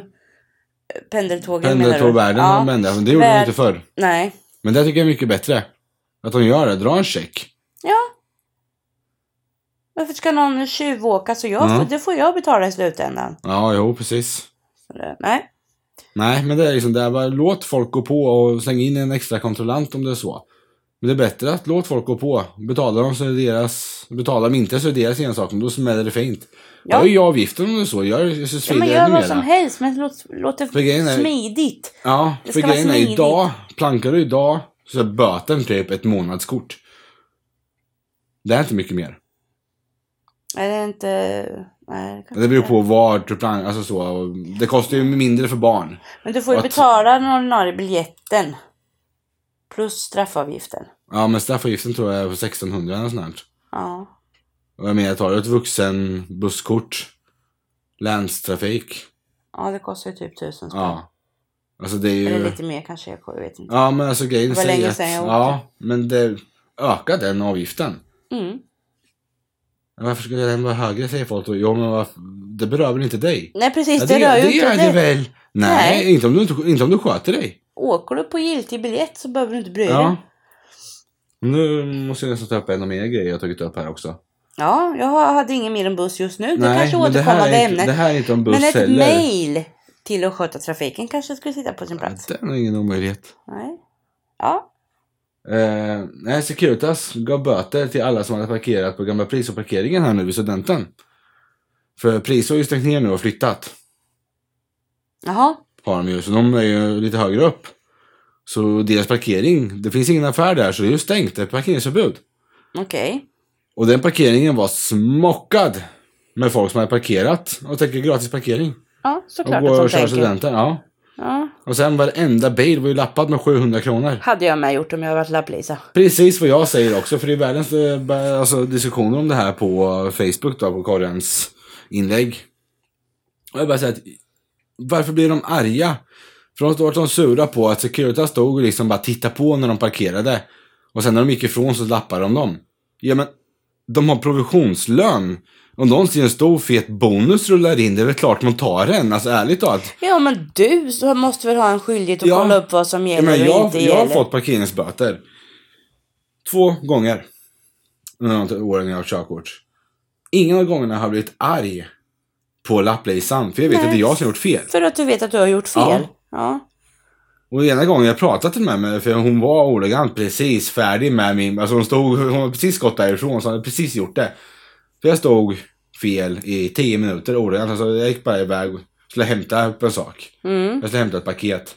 Speaker 1: pendeltågen
Speaker 2: Pendeltågvärlden
Speaker 1: Ja.
Speaker 2: har de ändrat, men det gjorde de
Speaker 1: Vär-
Speaker 2: inte förr.
Speaker 1: Nej.
Speaker 2: Men det tycker jag är mycket bättre. Att de gör det, dra en check.
Speaker 1: Varför ska någon tjuvåka så jag
Speaker 2: Ja.
Speaker 1: får, det får jag betala i slutändan.
Speaker 2: Ja, jo precis.
Speaker 1: Så det- Nej.
Speaker 2: Nej, men det är liksom det. är Bara, låt folk gå på och släng in en extra kontrollant om det är så. Men det är bättre att låt folk gå på. Betalar de så är det deras. Betalar de inte så är det deras ensak, men då smäller det fint.
Speaker 1: Ja.
Speaker 2: Höj avgiften om det är så. Gör så
Speaker 1: Ja,
Speaker 2: svider
Speaker 1: men
Speaker 2: det
Speaker 1: gör
Speaker 2: ännu
Speaker 1: vad som
Speaker 2: mera.
Speaker 1: helst men låt, låt det
Speaker 2: För grejen är-
Speaker 1: smidigt.
Speaker 2: Ja,
Speaker 1: Det
Speaker 2: för
Speaker 1: ska vara
Speaker 2: grejen är
Speaker 1: smidigt.
Speaker 2: idag, plankar du idag så är böten typ ett månadskort. Det är inte mycket mer.
Speaker 1: Är det inte... Nej, det kanske
Speaker 2: Det beror
Speaker 1: inte är.
Speaker 2: på vart du plankar, alltså så. Det kostar ju mindre för barn.
Speaker 1: Men du får ju
Speaker 2: att-
Speaker 1: betala den ordinarie biljetten. Plus straffavgiften.
Speaker 2: Ja, men straffavgiften tror jag är på 1600 eller något sånt. här.
Speaker 1: Ja.
Speaker 2: Och jag menar, tar du ett vuxen busskort, länstrafik,
Speaker 1: Ja, det kostar ju typ tusen spänn.
Speaker 2: ja. Alltså det är
Speaker 1: Eller
Speaker 2: ju...
Speaker 1: lite mer kanske, jag vet inte.
Speaker 2: Ja men alltså grejen
Speaker 1: Det var
Speaker 2: säger
Speaker 1: länge
Speaker 2: att-
Speaker 1: sedan jag åkte.
Speaker 2: Ja, men det... Öka den avgiften.
Speaker 1: Mm.
Speaker 2: Varför skulle den vara högre säger folk då. Jo men varför... det berör väl inte dig?
Speaker 1: Nej precis,
Speaker 2: Ja,
Speaker 1: det, rör ju
Speaker 2: det
Speaker 1: inte
Speaker 2: gör det
Speaker 1: dig.
Speaker 2: väl? Nej,
Speaker 1: Nej.
Speaker 2: Inte, om du, inte- inte om du sköter dig.
Speaker 1: Åker du på giltig biljett så behöver du inte bry dig.
Speaker 2: Ja.
Speaker 1: Ja.
Speaker 2: Nu måste jag nästan ta upp en av mina grejer jag har tagit upp här också.
Speaker 1: jag har- hade ingen mer än buss just nu. Det
Speaker 2: Nej,
Speaker 1: kanske är
Speaker 2: men det här,
Speaker 1: återkommande
Speaker 2: är inte,
Speaker 1: ämne.
Speaker 2: det här är inte om buss
Speaker 1: Men ett
Speaker 2: heller.
Speaker 1: mejl till att sköta trafiken kanske skulle sitta på sin plats.
Speaker 2: Det är nog ingen omöjlighet.
Speaker 1: Nej. Ja.
Speaker 2: Eh, nej, Securitas gav böter till alla som hade parkerat på gamla Priso-parkeringen här nu vid studenten. För Priso har ju stängt ner nu och flyttat.
Speaker 1: Jaha.
Speaker 2: har de ju. Så de är ju lite högre upp. Så deras parkering, det finns ingen affär där så det är ju stängt. Det är parkeringsförbud.
Speaker 1: Okej.
Speaker 2: Och den parkeringen var smockad med folk som hade parkerat och tänker gratis parkering.
Speaker 1: Ja, såklart
Speaker 2: och går
Speaker 1: att
Speaker 2: och
Speaker 1: de
Speaker 2: kör
Speaker 1: tänker.
Speaker 2: studenten. Ja.
Speaker 1: Ja.
Speaker 2: Och sen varenda bil var ju lappad med 700 kronor.
Speaker 1: Hade jag med gjort om jag varit lapplisa.
Speaker 2: Precis vad jag säger också, för det är världens eh, ba- alltså, diskussioner om det här på Facebook då, på Karins inlägg. Och jag bara säger att varför blir de arga? För de var de sura på att Securitas stod och liksom bara tittade på när de parkerade. Och sen när de gick ifrån så lappade de dem. Ja men, de har provisionslön. Om någon ser en stor fet bonus rullar in, det är väl klart man tar den. Alltså ärligt talat.
Speaker 1: Ja, men du så måste väl ha en skyldighet att
Speaker 2: Ja.
Speaker 1: kolla upp vad som
Speaker 2: Ja,
Speaker 1: gäller
Speaker 2: men
Speaker 1: och
Speaker 2: jag,
Speaker 1: inte
Speaker 2: jag har
Speaker 1: gäller.
Speaker 2: fått parkeringsböter. Två gånger. Under de åren jag har haft körkort. Ingen av gångerna har jag blivit arg på lapplisan. För jag vet
Speaker 1: Nej.
Speaker 2: att det är jag som har gjort fel.
Speaker 1: För att du vet att du har gjort fel.
Speaker 2: Ja.
Speaker 1: Ja.
Speaker 2: Och ena gången jag pratade till henne, för hon var ordagrant precis färdig med min... Alltså hon stod... Hon hade precis gått därifrån, så hon hade precis gjort det. För jag stod fel i tio minuter ordagrant. Alltså jag gick bara iväg och skulle hämta upp en sak.
Speaker 1: Mm.
Speaker 2: Jag skulle hämta ett paket.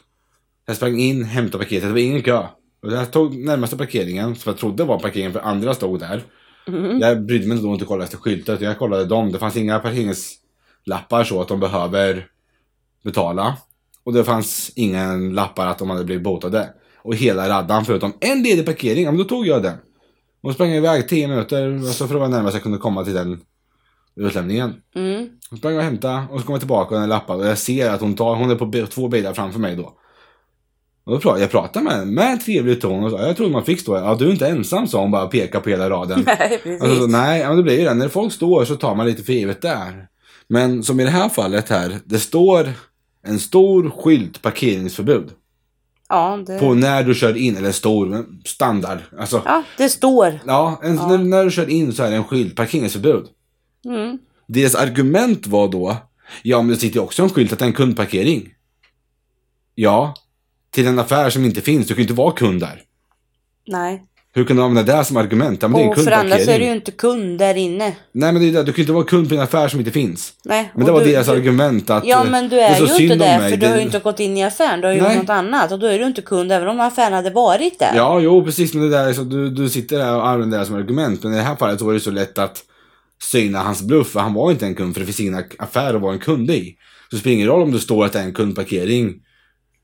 Speaker 2: Jag sprang in, hämtade paketet. Det var ingen kö. Och Jag tog närmaste parkeringen, som jag trodde var parkeringen för andra stod där.
Speaker 1: Mm.
Speaker 2: Jag brydde mig inte då inte kolla efter skyltar, utan jag kollade dem. Det fanns inga parkeringslappar så att de behöver betala. Och det fanns ingen lappar att de hade blivit botade. Och hela raddan förutom en ledig parkering, ja men då tog jag den. Och sprang iväg 10 minuter, alltså för att vara närmast jag kunde komma till den utlämningen.
Speaker 1: Mm. <laughs>
Speaker 2: Hon sprang och hämtade och så kom jag tillbaka och den lappade och jag ser att hon tar, hon är på bi- två bilar framför mig då. Och då pratade, jag pratade med henne med en trevlig ton och sa, jag trodde man fick stå här. Ja, du är inte ensam sa hon bara och pekade på hela raden.
Speaker 1: Nej, <laughs> precis.
Speaker 2: Och så sa, Alltså, nej, ja, men det blir ju det. När folk står så tar man lite för givet där. Men som i det här fallet här, det står en stor skylt parkeringsförbud.
Speaker 1: ja, det...
Speaker 2: På när du kör in, eller stor, men standard. Alltså,
Speaker 1: Mm. ja, det står.
Speaker 2: ja, en,
Speaker 1: Ja.
Speaker 2: När, när du kör in så är det en skylt parkeringsförbud.
Speaker 1: Mm.
Speaker 2: Deras argument var då, ja men det sitter ju också en skylt att det är en kundparkering. Ja, till en affär som inte finns, du kan ju inte vara kund där.
Speaker 1: Nej.
Speaker 2: Hur kan du använda det som argument? Ja, men det är en
Speaker 1: Och för andra
Speaker 2: kundparkering.
Speaker 1: så är det ju inte kund där inne.
Speaker 2: Nej men det är ju det, du kan ju inte vara kund på en affär som inte finns.
Speaker 1: Nej.
Speaker 2: Men
Speaker 1: och
Speaker 2: det var
Speaker 1: du,
Speaker 2: deras
Speaker 1: du...
Speaker 2: argument att
Speaker 1: Ja
Speaker 2: eh,
Speaker 1: men du
Speaker 2: det
Speaker 1: är
Speaker 2: så
Speaker 1: ju
Speaker 2: synd
Speaker 1: inte
Speaker 2: om
Speaker 1: det
Speaker 2: mig,
Speaker 1: för du har
Speaker 2: det-
Speaker 1: ju inte gått in i affären, du har ju
Speaker 2: Nej.
Speaker 1: gjort något annat och då är du inte kund även om affären hade varit där.
Speaker 2: Ja, jo precis. Men det där är så, du, du sitter där och använder det som argument. Men i det här fallet så var det så lätt att syna hans bluff. För han var inte en kund, för det finns ingen affär att vara en kund i. Så det spelar ingen roll om du står att det är en kundparkering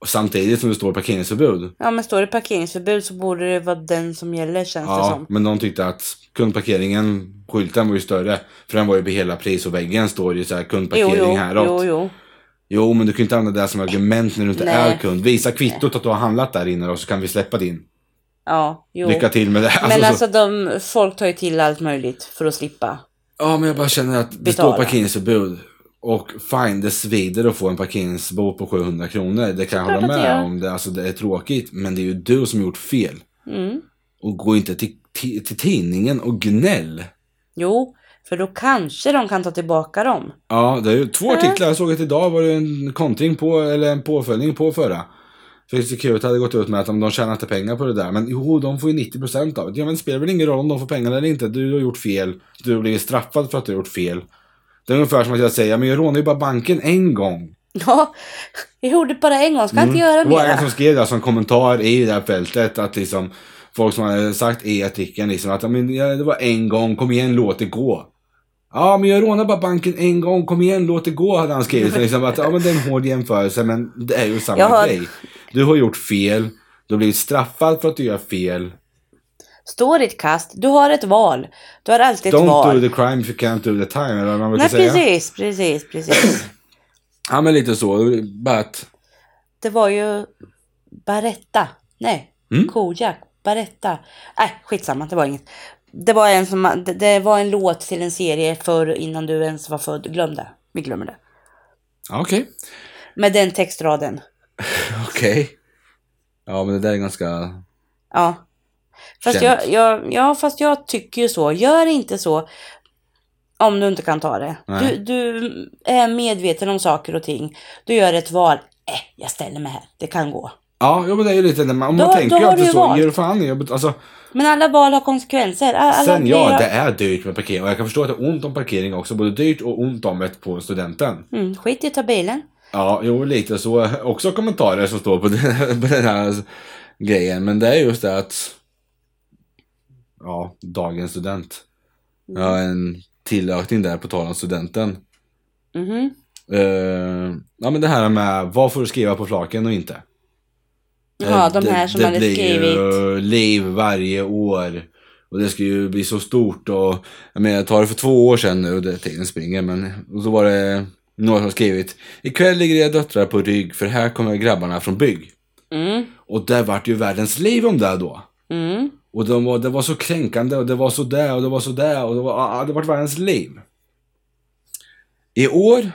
Speaker 2: och samtidigt som du står parkeringsförbud.
Speaker 1: Ja, men står det parkeringsförbud så borde det vara den som gäller känns det
Speaker 2: Ja,
Speaker 1: som.
Speaker 2: men de tyckte att kundparkeringen, skylten var ju större. För den var ju på hela pris och väggen står ju så här
Speaker 1: Jo,
Speaker 2: kundparkering
Speaker 1: jo,
Speaker 2: häråt.
Speaker 1: jo, jo.
Speaker 2: Jo, men du kan ju inte använda det som argument när du inte
Speaker 1: Nej.
Speaker 2: är kund. Visa kvittot att du har handlat där inne då, så kan vi släppa din.
Speaker 1: Ja, jo.
Speaker 2: Lycka till med det. <laughs>
Speaker 1: men
Speaker 2: så-
Speaker 1: alltså de, folk tar ju till allt möjligt för att slippa.
Speaker 2: Ja, men jag bara känner att det
Speaker 1: Betala.
Speaker 2: står parkeringsförbud. Och fine, det svider att få en parkeringsbot på 700 kronor. Det kan jag
Speaker 1: Klart
Speaker 2: hålla
Speaker 1: att det gör.
Speaker 2: med om. Det, alltså, det är tråkigt. Men det är ju du som gjort fel.
Speaker 1: Mm.
Speaker 2: Och gå inte till, till, till tidningen och gnäll.
Speaker 1: Jo, för då kanske de kan ta tillbaka dem. <laughs>
Speaker 2: Ja, det är ju två
Speaker 1: Ja.
Speaker 2: artiklar. Jag såg att idag var det en kontring på, eller en påföljning på förra. För Security hade gått ut med att de, de tjänar inte pengar på det där. Men jo, de får ju 90% av det. Ja, men det spelar väl ingen roll om de får pengar eller inte. Du har gjort fel. Du har blivit straffad för att du har gjort fel. Det är ungefär som att jag säger, men jag rånade ju bara banken en gång.
Speaker 1: Ja, jag gjorde det bara en gång, ska inte göra
Speaker 2: Mm. Det var en
Speaker 1: mer.
Speaker 2: som skrev det som kommentar i det här fältet att liksom folk som hade sagt i artikeln liksom att "Ja, men, ja, det var en gång, kom igen låt det gå. Ja men jag rånade bara banken en gång, kom igen låt det gå hade han skrivit. Så liksom att, ja men det är en hård jämförelse men det är ju samma
Speaker 1: Jag har-
Speaker 2: grej. Du har gjort fel, du har blivit straffad för att du gör fel.
Speaker 1: Står ditt kast, du har ett val. Du har alltid ett
Speaker 2: Don't
Speaker 1: val.
Speaker 2: do the crime if you can't do the time eller vad man brukar
Speaker 1: Nej,
Speaker 2: säga.
Speaker 1: precis, precis,
Speaker 2: <clears throat>
Speaker 1: precis.
Speaker 2: Ja men lite så, bara att
Speaker 1: Det var ju Baretta. Nej,
Speaker 2: Mm.
Speaker 1: Kojak. Baretta. Nej, skitsamma, det var inget. Det var, en som, det- det var en låt till en serie för innan du ens var född. Glöm det. Vi glömmer det.
Speaker 2: ja, okej.
Speaker 1: Med den textraden.
Speaker 2: Okej. Ja men det där är ganska
Speaker 1: Ja. Fast
Speaker 2: Känt.
Speaker 1: jag, jag, ja, fast jag tycker ju så. Gör inte så om du inte kan ta det. Du,
Speaker 2: Nej.
Speaker 1: du är medveten om saker och ting. Du gör ett val. Äh, jag ställer mig här. Det kan gå.
Speaker 2: Ja, jo, men det är ju lite när man, om
Speaker 1: Då-
Speaker 2: man tänker
Speaker 1: då
Speaker 2: ju
Speaker 1: har
Speaker 2: alltid
Speaker 1: du
Speaker 2: så,
Speaker 1: valt.
Speaker 2: ger du fan i jobbet. Alltså,
Speaker 1: Men alla val har konsekvenser. Alla
Speaker 2: sen
Speaker 1: grejer
Speaker 2: ja,
Speaker 1: har-
Speaker 2: det är dyrt med parkering och jag kan förstå att det är ont om parkering också, både dyrt och ont om det på studenten.
Speaker 1: Mm, skit i att ta bilen.
Speaker 2: Ja, jo lite så. Också kommentarer som står på <laughs> den, på den här grejen. Men det är just det att ja, dagens student. Jag har en tillökning där på tal om studenten.
Speaker 1: Mhm.
Speaker 2: Eh, ja men det här med vad får du skriva på flaken och inte.
Speaker 1: Ja,
Speaker 2: Eh,
Speaker 1: de här som
Speaker 2: det
Speaker 1: hade
Speaker 2: blir
Speaker 1: skrivit.
Speaker 2: ju liv varje år. Och det ska ju bli så stort och jag menar, jag tar det för två år sedan nu, det, tiden springer men och så var det några som skrivit Ikväll ligger era döttrar på rygg för här kommer grabbarna från bygg.
Speaker 1: Mm.
Speaker 2: Och det vart ju världens liv om det då.
Speaker 1: Mm.
Speaker 2: Och de var, det var så kränkande och det var så där och det var så där och det var, ah, det vart världens liv. I år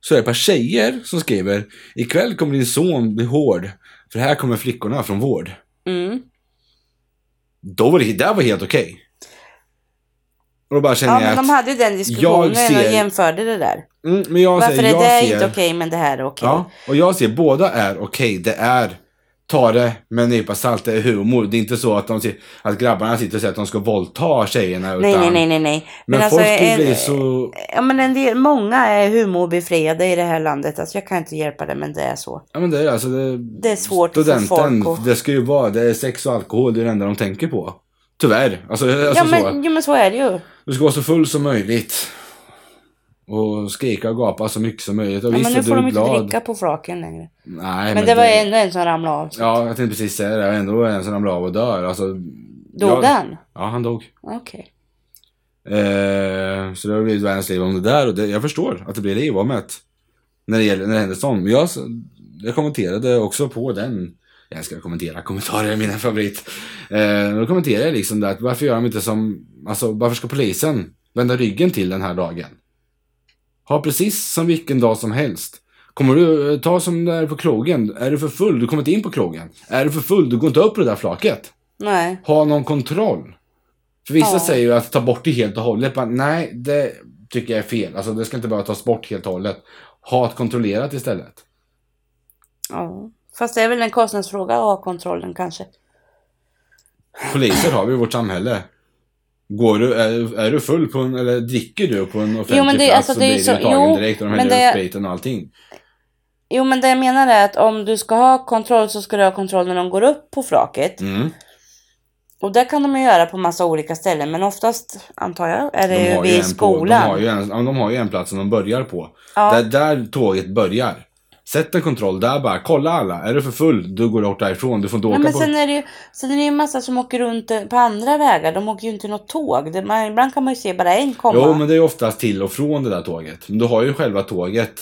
Speaker 2: så är det ett par tjejer som skriver Ikväll kommer din son bli hård för här kommer flickorna från vård.
Speaker 1: Mm.
Speaker 2: Då var det, det var helt okej. Och då bara känner
Speaker 1: Ja,
Speaker 2: jag
Speaker 1: men de
Speaker 2: att,
Speaker 1: hade ju den diskussionen
Speaker 2: ser-
Speaker 1: och jämförde det där.
Speaker 2: mm, men jag
Speaker 1: Varför
Speaker 2: säger,
Speaker 1: är
Speaker 2: jag
Speaker 1: det
Speaker 2: ser,
Speaker 1: inte okej, men det här är okej?
Speaker 2: Ja, och jag ser båda är okej. Det är, ta det med en nypa salt, det är humor. Det är inte så att, de, ser- att grabbarna sitter och säger att de ska våldta tjejerna.
Speaker 1: nej,
Speaker 2: utan,
Speaker 1: nej, nej, nej, nej.
Speaker 2: Men,
Speaker 1: alltså,
Speaker 2: folk skulle
Speaker 1: en-
Speaker 2: bli så...
Speaker 1: Ja, men en del, många är humorbefriade i det här landet. Alltså, jag kan inte hjälpa det, men det är så.
Speaker 2: Ja men det är alltså det...
Speaker 1: Det är svårt att få
Speaker 2: studenten,
Speaker 1: folk att-
Speaker 2: det ska ju vara, det är sex och alkohol, det är det enda de tänker på. Tyvärr. Alltså, alltså
Speaker 1: ja,
Speaker 2: så.
Speaker 1: men, jo, men så är det ju.
Speaker 2: Du ska vara så full som möjligt. Och skrika och gapa så mycket som möjligt. Och
Speaker 1: Ja,
Speaker 2: visst
Speaker 1: men
Speaker 2: är
Speaker 1: nu
Speaker 2: du
Speaker 1: får de inte
Speaker 2: glad.
Speaker 1: dricka på flaken längre.
Speaker 2: Nej,
Speaker 1: Men, det var ändå en som ramlade av.
Speaker 2: Ja, jag tänkte precis säga det. Ändå var det en som ramlade av och dör. Alltså,
Speaker 1: Dog
Speaker 2: jag...
Speaker 1: han?
Speaker 2: Ja, han dog.
Speaker 1: Okej.
Speaker 2: Eh, så det har blivit världens liv om det där och det, jag förstår att det blir liv om det. När det, gäller, när det händer sånt. Men jag, jag kommenterade också på den. Jag älskar att kommentera, kommentarer är mina favorit. Eh, då kommenterade jag liksom det att varför gör de inte som, alltså varför ska polisen vända ryggen till den här dagen? Ha precis som vilken dag som helst. Kommer du, eh, ta som det är på krogen, är du för full, du kommer inte in på krogen. Är du för full, du går inte upp på det där flaket
Speaker 1: Nej.
Speaker 2: ha någon kontroll. För vissa
Speaker 1: Ja.
Speaker 2: säger ju att ta bort det helt och hållet. Men nej, det tycker jag är fel. Alltså det ska inte behöva tas bort helt och hållet. Ha ett kontrollerat istället.
Speaker 1: Ja. Fast det är väl en kostnadsfråga att ha kontrollen kanske.
Speaker 2: Poliser har vi i vårt samhälle. Går du, är, är du full på en, eller dricker du på en offentlig
Speaker 1: Jo, men det-
Speaker 2: plats
Speaker 1: alltså,
Speaker 2: så
Speaker 1: det är
Speaker 2: blir
Speaker 1: ju
Speaker 2: du
Speaker 1: så-
Speaker 2: tagen
Speaker 1: jo,
Speaker 2: direkt och de
Speaker 1: men
Speaker 2: häller
Speaker 1: det-
Speaker 2: ut spriten och allting.
Speaker 1: Jo, men det jag menar är att om du ska ha kontroll så ska du ha kontroll när de går upp på flaket.
Speaker 2: Mm.
Speaker 1: Och det kan de ju göra på massa olika ställen, men oftast, antar jag, är det ju
Speaker 2: De, har ju
Speaker 1: vid
Speaker 2: en på, de,
Speaker 1: skolan.
Speaker 2: har ju en, ja, de har ju en plats som de börjar på.
Speaker 1: Ja.
Speaker 2: Där, där tåget börjar. Sätt en kontroll där bara. Kolla alla. Är du för full, du går bort därifrån. Du får inte åka
Speaker 1: Nej, men
Speaker 2: på...
Speaker 1: sen är, det ju, sen är det ju en massa som åker runt eh, på andra vägar. De åker ju inte något tåg. Det, man, ibland kan man ju se bara en komma.
Speaker 2: Jo, men det är oftast till och från det där tåget. Men du har ju själva tåget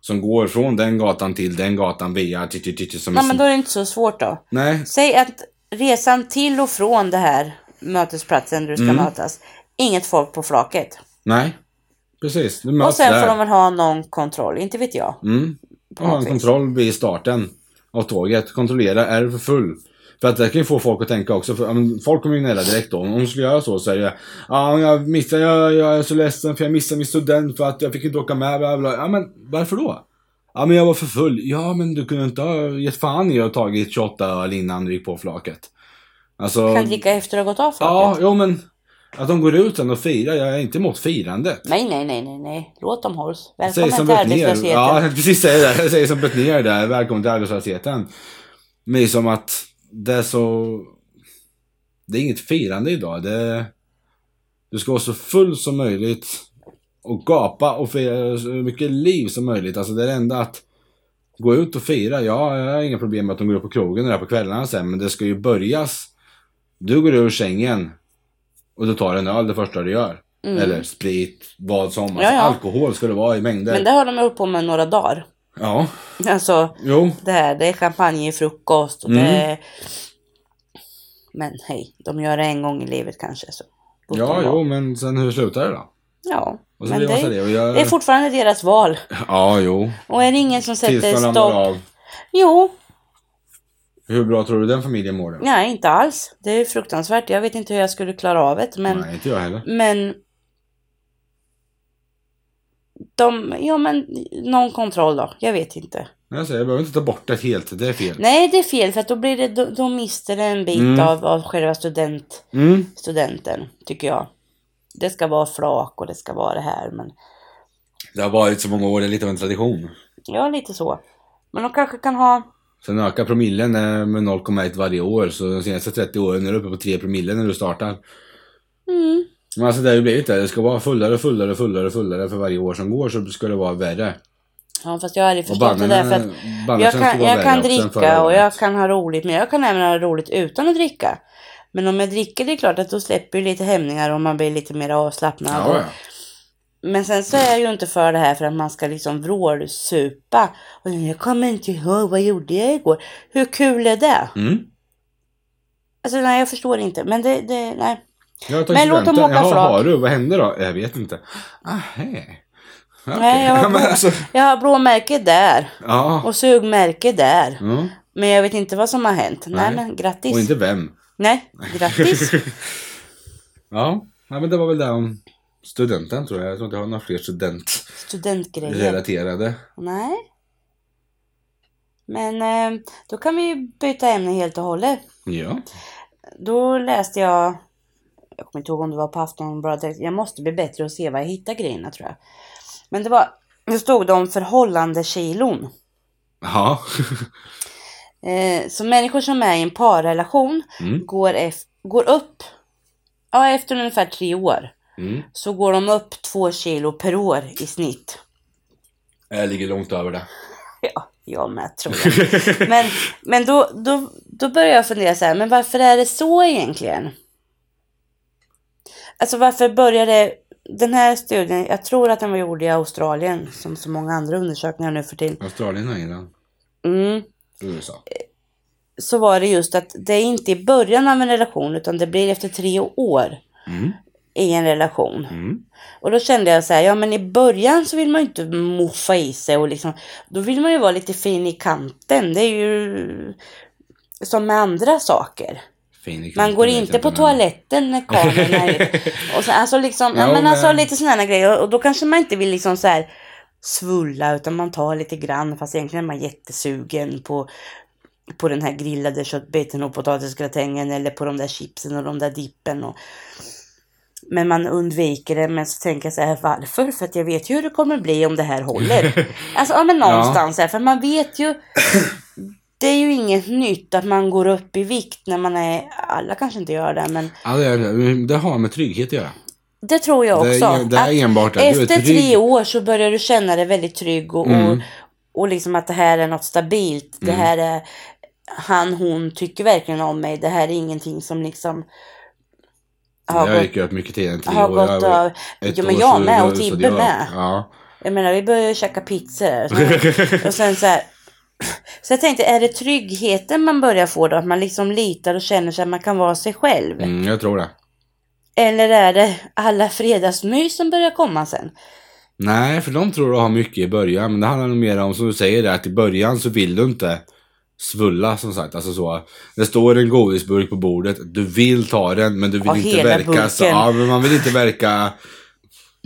Speaker 2: som går från den gatan till den gatan via titi titi som
Speaker 1: Nej,
Speaker 2: en-
Speaker 1: men då är det inte så svårt då.
Speaker 2: Nej,
Speaker 1: Säg att resan till och från det här mötesplatsen där du
Speaker 2: Mm.
Speaker 1: ska mötas, inget folk på flaket.
Speaker 2: nej. Precis, du
Speaker 1: Och
Speaker 2: möts
Speaker 1: sen
Speaker 2: där.
Speaker 1: får de väl ha någon kontroll, inte vet jag.
Speaker 2: Mm. Och ha
Speaker 1: något
Speaker 2: en
Speaker 1: vis.
Speaker 2: kontroll vid starten av tåget. Kontrollera, är du för full? För att det kan ju få folk att tänka också. För, ja, men folk kommer ju gnälla direkt då. Om de skulle göra så så är det ja, jag, missar, jag, jag är så ledsen för jag missade min student för att jag fick inte åka med. Bla, bla. Ja, men varför då? Ja, men jag var för full. Ja, men du kunde inte ha gett fan i att ha tagit 28 öl innan du gick på flaket. Alltså,
Speaker 1: Kan dricka efter att ha gått av flaket.
Speaker 2: ja, jo men att de går ut sen och firar. Jag är inte emot firandet.
Speaker 1: Nej, nej, nej, nej, nej. Låt dem hålls.
Speaker 2: Säg
Speaker 1: Välkommen
Speaker 2: som
Speaker 1: till
Speaker 2: bröt ner.
Speaker 1: arbetslösheten.
Speaker 2: Ja, <laughs> precis. Säg det. Jag säger som bröt ner där. Välkommen till arbetslösheten. Men som att det är så... Det är inget firande idag. Det... Du ska vara så full som möjligt och gapa och fira så mycket liv som möjligt. Alltså det är det enda att gå ut och fira. Ja, jag har inga problem med att de går upp på krogen och där på kvällarna sen, men det ska ju börjas. Du går ur sängen och du tar en öl det första du gör.
Speaker 1: Mm.
Speaker 2: Eller sprit, vad som. Alltså,
Speaker 1: Ja, ja.
Speaker 2: Alkohol ska det vara i mängder.
Speaker 1: Men det har de hållit på med några dagar.
Speaker 2: Ja,
Speaker 1: Alltså,
Speaker 2: jo.
Speaker 1: det här, det är champagne i frukost och det
Speaker 2: Mm.
Speaker 1: är... Men hej, de gör det en gång i livet kanske. Så låt
Speaker 2: Ja,
Speaker 1: dem
Speaker 2: jo,
Speaker 1: vara.
Speaker 2: men sen hur slutar det då?
Speaker 1: Ja,
Speaker 2: Och så
Speaker 1: men
Speaker 2: blir det massa
Speaker 1: det,
Speaker 2: det. Och jag...
Speaker 1: det är fortfarande deras val.
Speaker 2: Ja, jo.
Speaker 1: Och är det ingen som
Speaker 2: Tills
Speaker 1: sätter
Speaker 2: de ramlar
Speaker 1: stopp?
Speaker 2: av.
Speaker 1: Jo,
Speaker 2: Hur bra tror du den familjen mår då?
Speaker 1: nej inte alls. Det är fruktansvärt. Jag vet inte hur jag skulle klara av det. Men,
Speaker 2: Nej, inte jag heller.
Speaker 1: men de, ja men någon kontroll då. Jag vet inte.
Speaker 2: Jag säger, jag behöver inte ta bort det helt. Det är fel.
Speaker 1: Nej, det är fel för att då blir det, då, då mister det en bit
Speaker 2: Mm.
Speaker 1: av, av själva student,
Speaker 2: Mm.
Speaker 1: studenten, tycker jag. Det ska vara flak och det ska vara det här, men
Speaker 2: Det har varit så många år, det är lite av en tradition.
Speaker 1: Ja, lite så. Men de kanske kan ha...
Speaker 2: Sen ökar promillen eh, med 0,1 varje år, så de senaste 30 åren är du uppe på 3 promille när du startar.
Speaker 1: Mm.
Speaker 2: Men alltså det har ju blivit det, det ska vara fullare och fullare och fullare och fullare för varje år som går så ska det vara värre.
Speaker 1: Ja, fast jag har aldrig
Speaker 2: Och
Speaker 1: förstått det där för att jag kan, jag kan dricka och jag kan ha roligt, men jag kan även ha roligt utan att dricka. Men om jag dricker, det är klart att då släpper ju lite hämningar och man blir lite mer avslappnad.
Speaker 2: Ja, ja.
Speaker 1: Men sen så är jag ju inte för det här för att man ska liksom vrålsupa. Och jag kommer inte ihåg, vad gjorde jag igår? Hur kul är det?
Speaker 2: Mm.
Speaker 1: Alltså nej, jag förstår inte. Men det, det nej.
Speaker 2: Jag tar
Speaker 1: Men låt dem
Speaker 2: studenten.
Speaker 1: åka
Speaker 2: Jaha,
Speaker 1: flak.
Speaker 2: har du? Vad hände då? Jag vet inte. Ah, hej. Okej.
Speaker 1: Nej, jag
Speaker 2: ja,
Speaker 1: har
Speaker 2: men
Speaker 1: bara-
Speaker 2: alltså,
Speaker 1: Jag har blåmärke där
Speaker 2: ja.
Speaker 1: och sugmärke där.
Speaker 2: Ja.
Speaker 1: Men jag vet inte vad som har hänt. Nej,
Speaker 2: Nej.
Speaker 1: men grattis.
Speaker 2: Och inte vem. <laughs>
Speaker 1: Nej, grattis.
Speaker 2: Ja, nej, men det var väl det om studenten tror jag. Jag tror inte jag har några fler
Speaker 1: Studentgrejer.
Speaker 2: studentrelaterade.
Speaker 1: Nej. Men eh, då kan vi byta ämne helt och hållet.
Speaker 2: Ja.
Speaker 1: Då läste jag, jag kommer inte ihåg om det var på Aftonbladet, jag måste bli bättre och se var jag hittar grejerna tror jag. Men det var, då stod det om förhållandekilon.
Speaker 2: Ja. <laughs>
Speaker 1: Eh, så människor som är i en parrelation
Speaker 2: Mm.
Speaker 1: går, ef- går upp, ja efter ungefär tre år,
Speaker 2: Mm.
Speaker 1: så går de upp två kilo per år i snitt. <laughs>
Speaker 2: Jag ligger långt över det.
Speaker 1: Ja, jag med tror jag. Men, men då, då, då börjar jag fundera så här, men varför är det så egentligen? Alltså varför börjar det, den här studien, jag tror att den var gjord i Australien, som så många andra undersökningar nu för tiden.
Speaker 2: Australien och England.
Speaker 1: Mm.
Speaker 2: USA.
Speaker 1: Så var det just att det är inte i början av en relation, utan det blir efter tre år
Speaker 2: Mm.
Speaker 1: i en relation.
Speaker 2: Mm.
Speaker 1: Och då kände jag så här, ja men i början så vill man ju inte moffa i sig och liksom, då vill man ju vara lite fin i kanten. Det är ju som med andra saker.
Speaker 2: Fin i
Speaker 1: Man
Speaker 2: kanten
Speaker 1: går
Speaker 2: vet jag
Speaker 1: inte på
Speaker 2: men-
Speaker 1: toaletten när kameran
Speaker 2: <laughs>
Speaker 1: är och så, alltså liksom, ja,
Speaker 2: Ja,
Speaker 1: men alltså
Speaker 2: men-
Speaker 1: lite sådana grejer. Och då kanske man inte vill liksom så här svulla utan man tar lite grann fast egentligen är man jättesugen på på den här grillade köttbiten och potatisgratängen eller på de där chipsen och de där dippen. Och... Men man undviker det. Men så tänker jag så här, varför? För att jag vet ju hur det kommer bli om det här håller. alltså, ja men
Speaker 2: Ja.
Speaker 1: någonstans här. För man vet
Speaker 2: <clears throat>
Speaker 1: ju. Det är ju inget nytt att man går upp i vikt när man är, alla kanske inte gör det, men
Speaker 2: Ja, det, är- det har med trygghet att göra.
Speaker 1: det tror jag också.
Speaker 2: Det är, det
Speaker 1: att
Speaker 2: är enbart att du är
Speaker 1: efter tre
Speaker 2: trygg.
Speaker 1: år så börjar du känna dig väldigt trygg och, och,
Speaker 2: Mm.
Speaker 1: och liksom att det här är något stabilt. Det här är, han, hon tycker verkligen om mig. Det här är ingenting som liksom har
Speaker 2: Jag
Speaker 1: gått,
Speaker 2: gick upp mycket tidigare än tre
Speaker 1: har
Speaker 2: år.
Speaker 1: gått
Speaker 2: Jag-
Speaker 1: av.
Speaker 2: ett
Speaker 1: Ja, men
Speaker 2: år,
Speaker 1: jag
Speaker 2: så-
Speaker 1: med och
Speaker 2: så
Speaker 1: Tibbe
Speaker 2: jag-
Speaker 1: med.
Speaker 2: Ja.
Speaker 1: Jag menar, vi började ju käka pizzor. Och
Speaker 2: <laughs>
Speaker 1: sen- Och sen så här. Så jag tänkte, är det tryggheten man börjar få då? Att man liksom litar och känner sig att man kan vara sig själv?
Speaker 2: Mm, jag tror det.
Speaker 1: Eller är det alla fredagsmys som börjar komma sen?
Speaker 2: Nej, för de tror du har mycket i början. Men det handlar nog mer om, som du säger, det, att i början så vill du inte svulla som sagt. Alltså så. Det står en godisburk på bordet. Du vill ta den, men du vill
Speaker 1: Ja,
Speaker 2: inte
Speaker 1: hela
Speaker 2: verka... Så,
Speaker 1: burken.
Speaker 2: ja, men man vill inte verka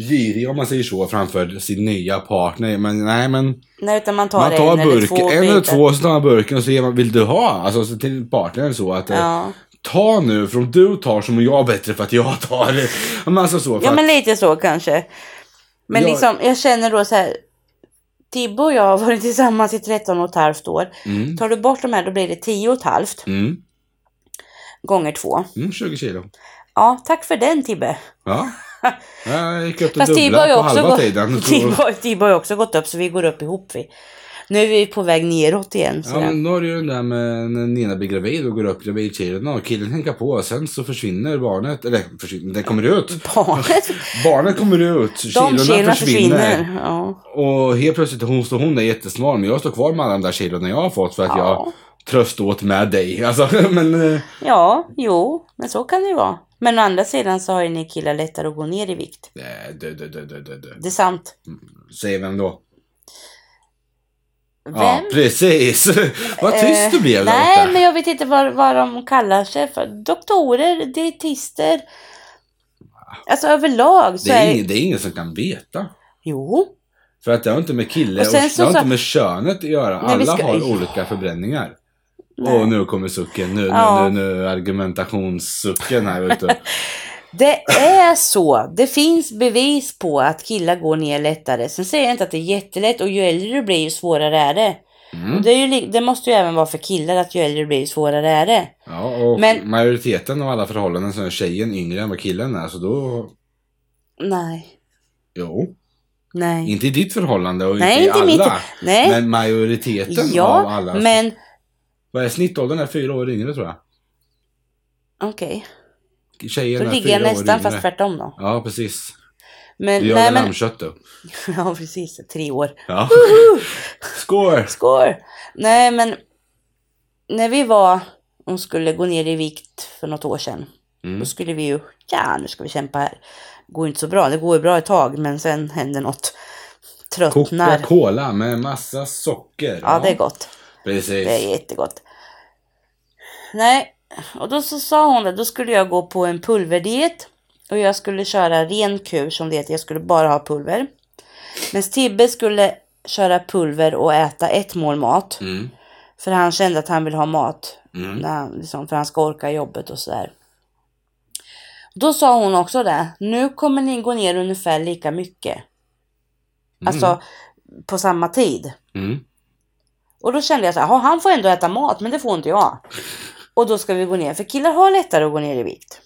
Speaker 2: girig om man säger så framför sin nya partner. Men nej, men
Speaker 1: Nej, utan man tar,
Speaker 2: man tar
Speaker 1: en eller två
Speaker 2: burken, en eller
Speaker 1: bitar.
Speaker 2: två, så tar man burken och så ger man, vill du ha? Alltså så till partnern så att eh,
Speaker 1: Ja.
Speaker 2: ta nu, för om du tar så mår jag bättre för att jag tar. det. <laughs> Ja, Men alltså så. För
Speaker 1: ja,
Speaker 2: att-
Speaker 1: men lite så kanske. Men
Speaker 2: Ja.
Speaker 1: liksom, jag känner då så här. Tibbe och jag har varit tillsammans i 13 och ett halvt år.
Speaker 2: mm,
Speaker 1: Tar du bort de här då blir det 10 och ett halvt
Speaker 2: mm,
Speaker 1: gånger två.
Speaker 2: mm, 20 kilo.
Speaker 1: Ja, tack för den Tibbe.
Speaker 2: Ja.
Speaker 1: <laughs>
Speaker 2: Jag gick upp det
Speaker 1: Fast Tibbe har ju
Speaker 2: dubbla på
Speaker 1: också,
Speaker 2: halva
Speaker 1: gått, <laughs>
Speaker 2: tiden. Så...
Speaker 1: Tibbe, har- Tibbe har ju också gått upp så vi går upp ihop vi. Nu är vi på väg neråt igen. Så
Speaker 2: Ja, men då är det ju den där med när Nina blir gravid och går upp gravidkilorna och killen hänkar på och sen så försvinner barnet. Eller försvinner, den kommer ut. <laughs>
Speaker 1: Barnet,
Speaker 2: Barnet kommer ut,
Speaker 1: de
Speaker 2: kilorna
Speaker 1: tjejerna
Speaker 2: försvinner.
Speaker 1: försvinner. Ja.
Speaker 2: Och helt plötsligt hon står hon är jättesmal men jag står kvar med alla de där kilorna jag har fått för att
Speaker 1: Ja.
Speaker 2: jag tröst åt med dig. <laughs> Alltså, men, eh,
Speaker 1: ja, jo, men så kan det ju vara. Men å andra sidan så har ju ni killar lättare att gå ner i vikt.
Speaker 2: eh, dö, dö, dö, dö, dö, dö.
Speaker 1: Det är sant.
Speaker 2: Säger vem då?
Speaker 1: Vem? Eh,
Speaker 2: Ja, precis. <laughs> Vad tyst du blev där
Speaker 1: Nej,
Speaker 2: borta.
Speaker 1: men jag vet inte vad, vad de kallar sig för. Doktorer, dietister. Alltså överlag så
Speaker 2: Det
Speaker 1: är
Speaker 2: är, ingen, det är ingen som kan veta.
Speaker 1: Jo,
Speaker 2: För att det har inte med kille
Speaker 1: Och
Speaker 2: och,
Speaker 1: sen
Speaker 2: det
Speaker 1: så-
Speaker 2: har
Speaker 1: så-
Speaker 2: inte med könet att göra.
Speaker 1: Nej, vi
Speaker 2: Alla
Speaker 1: ska-
Speaker 2: har
Speaker 1: Ja.
Speaker 2: olika förbränningar.
Speaker 1: Nej.
Speaker 2: Och nu kommer sucken. Nu,
Speaker 1: Ja.
Speaker 2: nu, nu, nu argumentationssucken här ute.
Speaker 1: Det är så. Det finns bevis på att killar går ner lättare. Sen säger jag inte att det är jättelätt och ju äldre du blir ju svårare är det. Och
Speaker 2: Mm.
Speaker 1: det, är ju, li- det måste ju även vara för killar att ju äldre du blir ju svårare är det.
Speaker 2: Ja, och
Speaker 1: Men-
Speaker 2: majoriteten av alla förhållanden så är tjejen yngre än vad killen är, så då...
Speaker 1: Nej.
Speaker 2: Jo.
Speaker 1: Nej.
Speaker 2: Inte i ditt förhållande och
Speaker 1: Nej,
Speaker 2: inte i
Speaker 1: inte i
Speaker 2: alla.
Speaker 1: mitt. Nej.
Speaker 2: Men majoriteten av
Speaker 1: ja,
Speaker 2: alla.
Speaker 1: men
Speaker 2: Vad är snittåldern? är fyra år yngre tror jag.
Speaker 1: okej.
Speaker 2: Tjejen
Speaker 1: Då
Speaker 2: är
Speaker 1: ligger jag
Speaker 2: fyra år yngre.
Speaker 1: nästan fast tvärtom då.
Speaker 2: Ja, precis.
Speaker 1: Men,
Speaker 2: Du jagar
Speaker 1: nej,
Speaker 2: men...
Speaker 1: men,
Speaker 2: lammkött du.
Speaker 1: <laughs> ja, precis. Tre år. <laughs>
Speaker 2: Ja. Score!
Speaker 1: Score! Nej, men när vi var och skulle gå ner i vikt för något år sedan.
Speaker 2: Mm.
Speaker 1: Då skulle vi ju, ja nu ska vi kämpa här. Går inte så bra, det går ju bra ett tag men sen händer något. Tröttnar.
Speaker 2: Koka cola med massa socker.
Speaker 1: Ja det är gott.
Speaker 2: Precis.
Speaker 1: Det är jättegott. Nej, och då så sa hon det, då skulle jag gå på en pulverdiet. Och jag skulle köra ren kur som det heter, jag skulle bara ha pulver. Men Tibbe skulle köra pulver och äta ett mål mat.
Speaker 2: Mm.
Speaker 1: För han kände att han vill ha mat.
Speaker 2: Mm.
Speaker 1: När han, liksom, för han ska orka jobbet och sådär. Då sa hon också det. Nu kommer ni gå ner ungefär lika mycket.
Speaker 2: Mm.
Speaker 1: Alltså på samma tid.
Speaker 2: Mm.
Speaker 1: Och då kände jag så här, "Jaha, han får ändå äta mat men det får inte jag. Och då ska vi gå ner, för killar har lättare att gå ner i vikt.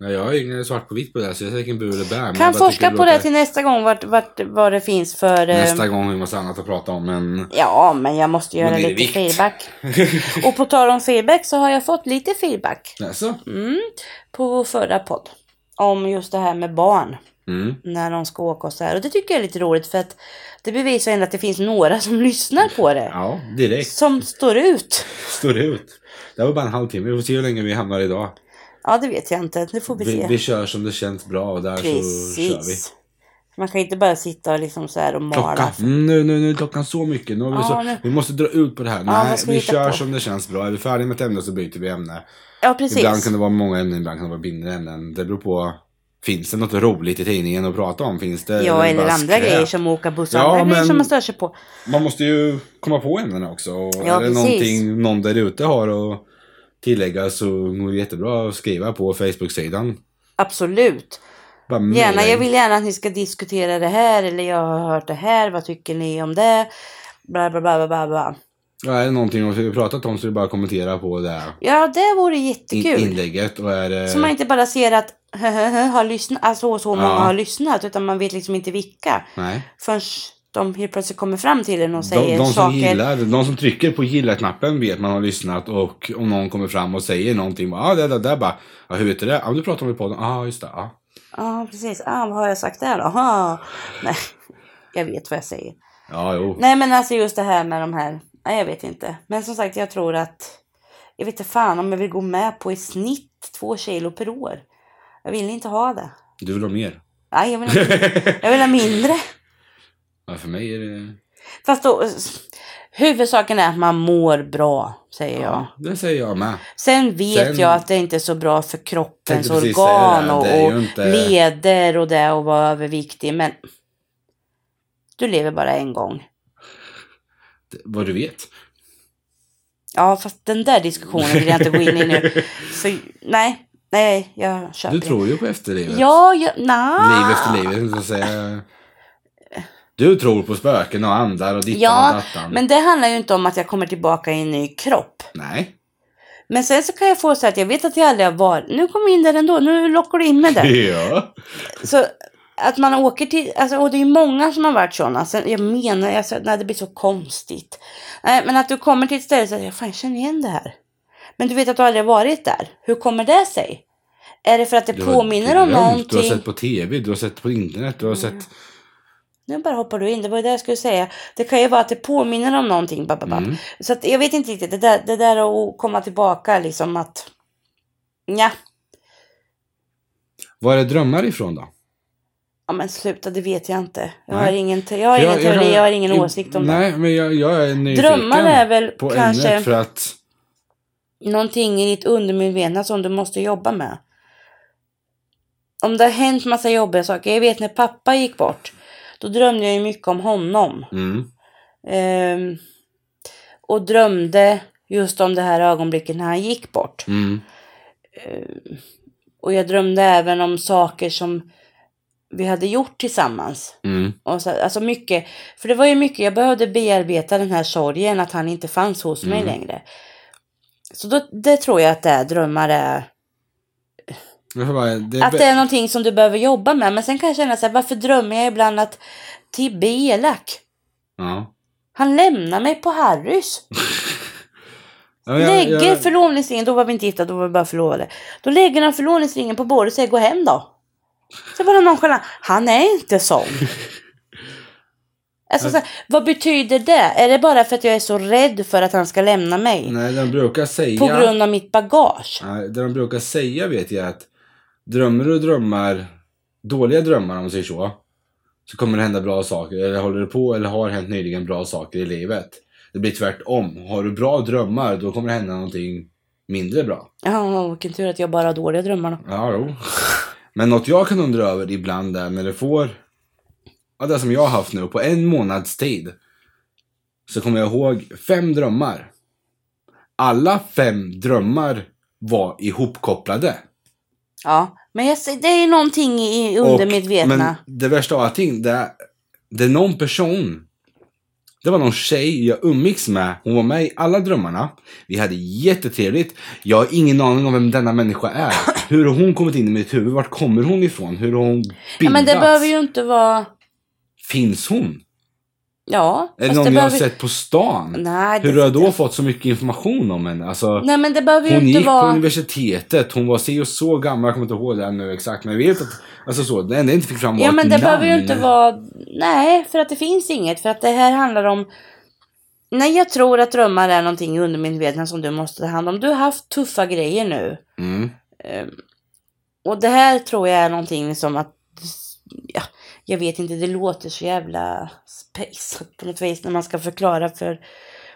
Speaker 2: Nej, jag har ju ingen svart på vitt på det här, så jag vet vilken bur det bär. men jag
Speaker 1: Kan
Speaker 2: bara tycker
Speaker 1: forska på det
Speaker 2: låter-
Speaker 1: till nästa gång vart, vart, vad det finns för... eh,
Speaker 2: Nästa gång har vi massa annat att prata om, men...
Speaker 1: Ja, men jag måste göra
Speaker 2: ner i
Speaker 1: lite
Speaker 2: vikt. <laughs>
Speaker 1: feedback. Och på tal om feedback så har jag fått lite feedback.
Speaker 2: Alltså?
Speaker 1: Mm, på vår förra podd. Om just det här med barn.
Speaker 2: Mm.
Speaker 1: När de ska åka och så här. Och det tycker jag är lite roligt för att det bevisar ändå att det finns några som <laughs> lyssnar på det.
Speaker 2: Ja, direkt.
Speaker 1: Som står ut.
Speaker 2: Står det ut. Det här var bara en halvtimme. Vi får se hur länge vi hamnar idag.
Speaker 1: Ja, det vet jag inte. Det får vi se.
Speaker 2: Vi, vi kör som det känns bra och där så kör vi.
Speaker 1: Precis. Man kan inte bara sitta och liksom så här och mala.
Speaker 2: Klockan. Mm, nu, nu, nu är klockan så mycket. Nu har vi,
Speaker 1: Ja,
Speaker 2: så,
Speaker 1: nu-
Speaker 2: vi måste dra ut på det här. Nej,
Speaker 1: vad ska vi
Speaker 2: vi
Speaker 1: hitta
Speaker 2: kör
Speaker 1: på?
Speaker 2: som det känns bra. Är vi färdiga med ett ämne så byter vi ämne.
Speaker 1: Ja, precis.
Speaker 2: Ibland kan det vara många ämnen, ibland kan det vara mindre ämnen. Det beror på. Finns det något roligt i tidningen att prata om? Finns det
Speaker 1: Ja, eller
Speaker 2: bara
Speaker 1: andra
Speaker 2: skräp?
Speaker 1: grejer som åka buss.
Speaker 2: Ja,
Speaker 1: andra grejer
Speaker 2: men-
Speaker 1: som man stör sig på.
Speaker 2: Man måste ju komma på ämnena också. Och
Speaker 1: Ja,
Speaker 2: är det
Speaker 1: precis.
Speaker 2: någonting någon där ute har att tillägga så går det jättebra att skriva på Facebook-sidan.
Speaker 1: Absolut.
Speaker 2: Bara
Speaker 1: Gärna,
Speaker 2: mejla in.
Speaker 1: jag vill gärna att ni ska diskutera det här eller jag har hört det här. Vad tycker ni om det? Bla, bla, bla, bla, bla, bla.
Speaker 2: Ja, Är det någonting vi har pratat om så är det bara att kommentera på det här
Speaker 1: Ja, det vore
Speaker 2: in-
Speaker 1: jättekul.
Speaker 2: inlägget. Och är eh, det...
Speaker 1: Så man inte bara ser att har lyssnat, alltså så och så många
Speaker 2: Ja.
Speaker 1: har lyssnat, utan man vet liksom inte vilka.
Speaker 2: Nej.
Speaker 1: Förrän de helt plötsligt kommer fram till en och
Speaker 2: De,
Speaker 1: säger
Speaker 2: de, som
Speaker 1: saker.
Speaker 2: gillar, de som trycker på gilla-knappen vet man har lyssnat och om någon kommer fram och säger någonting. Ja, ah, det där, där bara. Ja, hur heter det? Ja, ah, du pratar om det i podden. Ja, ah, just det. Ja.
Speaker 1: Ja, precis. Ah, vad har jag sagt där då? Ah. Nej, jag vet vad jag säger.
Speaker 2: Ja, jo.
Speaker 1: Nej, men alltså just det här med de här. Nej, jag vet inte. Men som sagt, jag tror att. Jag vet inte fan om jag vill gå med på i snitt två kilo per år. Jag vill inte ha det.
Speaker 2: Du vill ha mer?
Speaker 1: Nej, jag vill,
Speaker 2: <laughs>
Speaker 1: jag vill ha mindre.
Speaker 2: ja, för mig är det...
Speaker 1: Fast då, huvudsaken är att man mår bra, säger jag.
Speaker 2: Ja, det säger jag med.
Speaker 1: Sen vet
Speaker 2: Sen-
Speaker 1: jag att det inte är så bra för kroppens
Speaker 2: Tänkte precis säga
Speaker 1: organ
Speaker 2: det.
Speaker 1: och,
Speaker 2: Det är ju
Speaker 1: och
Speaker 2: inte-
Speaker 1: leder och det och vara överviktig. Men du lever bara en gång.
Speaker 2: Det- Vad du vet.
Speaker 1: Ja, fast den där diskussionen vill jag inte gå in i nu.
Speaker 2: <laughs>
Speaker 1: För, nej, nej, jag köper
Speaker 2: Du
Speaker 1: det.
Speaker 2: tror ju på efterlivet.
Speaker 1: Ja, jag, na.
Speaker 2: Liv efter livet, så att säga. Du tror på spöken och andar och dittan och
Speaker 1: Ja,
Speaker 2: dattan.
Speaker 1: men det handlar ju inte om att jag kommer tillbaka i en ny kropp.
Speaker 2: Nej.
Speaker 1: Men sen så kan jag få så här att jag vet att jag aldrig har varit. Nu kom jag in där ändå. Nu lockar du in mig där.
Speaker 2: <laughs> Ja.
Speaker 1: Så att man åker till, alltså, och det är många som har varit sådana. Sen, jag menar, alltså, nej, det blir så konstigt. Nej, men att du kommer till ett ställe och säger, fan jag känner igen det här. Men du vet att du aldrig har varit där. Hur kommer det sig? Är det för att det
Speaker 2: Du har
Speaker 1: påminner om
Speaker 2: glömt. Du har
Speaker 1: någonting?
Speaker 2: sett på tv, du har sett på internet, du har sett...
Speaker 1: Nu bara hoppar du in, det var ju det jag skulle säga. Det kan ju vara att det påminner om någonting. Ba, ba, ba.
Speaker 2: Mm.
Speaker 1: Så att, jag vet inte riktigt, det där, det där att komma tillbaka liksom att... Ja,
Speaker 2: Var är drömmar ifrån då?
Speaker 1: ja men sluta, det vet jag inte. Jag har
Speaker 2: Nej.
Speaker 1: ingen, te- jag har ingen teori, jag har ingen åsikt om det.
Speaker 2: nej, men jag, jag är nyfiken
Speaker 1: Drömmar är väl
Speaker 2: på
Speaker 1: kanske
Speaker 2: ämnet för att...
Speaker 1: någonting i ditt undermedvetna som du måste jobba med. Om det har hänt massa jobbiga saker. Jag vet när pappa gick bort. Då drömde jag ju mycket om honom.
Speaker 2: Mm,
Speaker 1: Ehm, och drömde just om det här ögonblicket när han gick bort.
Speaker 2: mm,
Speaker 1: Ehm, Och jag drömde även om saker som vi hade gjort tillsammans.
Speaker 2: Mm.
Speaker 1: Och så, alltså mycket, för det var ju mycket, jag behövde bearbeta den här sorgen att han inte fanns hos mig
Speaker 2: Mm.
Speaker 1: längre. Så då, det tror jag att det är, drömmar är.
Speaker 2: Jag får bara, det är
Speaker 1: Att det är någonting som du behöver jobba med. Men sen kan jag känna så här, varför drömmer jag ibland att Tibbe är elak?
Speaker 2: Ja.
Speaker 1: Han lämnar mig på Harrys.
Speaker 2: Ja, jag-
Speaker 1: Lägger
Speaker 2: jag-
Speaker 1: förlovningsringen, då var vi inte gifta, då var vi bara förlovade. Då lägger han förlovningsringen på bordet och säger gå hem då. Så bara nonchalant, han är inte sån. alltså, så här, vad betyder det? Är det bara för att jag är så rädd för att han ska lämna mig?
Speaker 2: Nej, de brukar säga...
Speaker 1: På grund av mitt bagage?
Speaker 2: Nej, det de brukar säga vet jag att drömmer du drömmar, dåliga drömmar om man säger så, så kommer det hända bra saker. Eller håller du på eller har hänt nyligen bra saker i livet. Det blir tvärtom. Har du bra drömmar då kommer det hända någonting mindre bra.
Speaker 1: Ja, vilken tur att jag bara har dåliga drömmar då.
Speaker 2: Ja, jo. <laughs> Men något jag kan undra över ibland är när du får, ja, det som jag har haft nu, på en månads tid. Så kommer jag ihåg fem drömmar. Alla fem drömmar var ihopkopplade.
Speaker 1: Ja, men jag, ser- det är någonting i i undermedvetna.
Speaker 2: men det värsta av allting, det är, det är någon person. Det var någon tjej jag umgicks med. Hon var med i alla drömmarna. Vi hade jättetrevligt. Jag har ingen aning om vem denna
Speaker 1: <coughs>
Speaker 2: människa är. Hur har hon kommit in i mitt huvud? Vart kommer hon ifrån? Hur har hon bildats?
Speaker 1: ja, men det behöver ju inte vara...
Speaker 2: Finns hon?
Speaker 1: Ja,
Speaker 2: Är det
Speaker 1: fast
Speaker 2: någon jag
Speaker 1: behöver...
Speaker 2: har sett på stan?
Speaker 1: Nej,
Speaker 2: Hur
Speaker 1: det...
Speaker 2: har jag då fått så mycket information om henne? Alltså,
Speaker 1: Nej, men det behöver ju
Speaker 2: hon
Speaker 1: inte
Speaker 2: gick på
Speaker 1: vara...
Speaker 2: universitetet. Hon var si och så gammal. Jag kommer inte ihåg det nu exakt. Men jag vet att alltså så, det enda jag inte fick fram var
Speaker 1: Ja
Speaker 2: ett
Speaker 1: men det
Speaker 2: namn.
Speaker 1: behöver ju inte vara, nej för att det finns inget för att det här handlar om Nej jag tror att drömmar är någonting i undermedvetna som du måste ta hand om. Du har haft tuffa grejer nu.
Speaker 2: Mm.
Speaker 1: Och det här tror jag är någonting som att ja, Jag vet inte, det låter så jävla space på något vis när man ska förklara för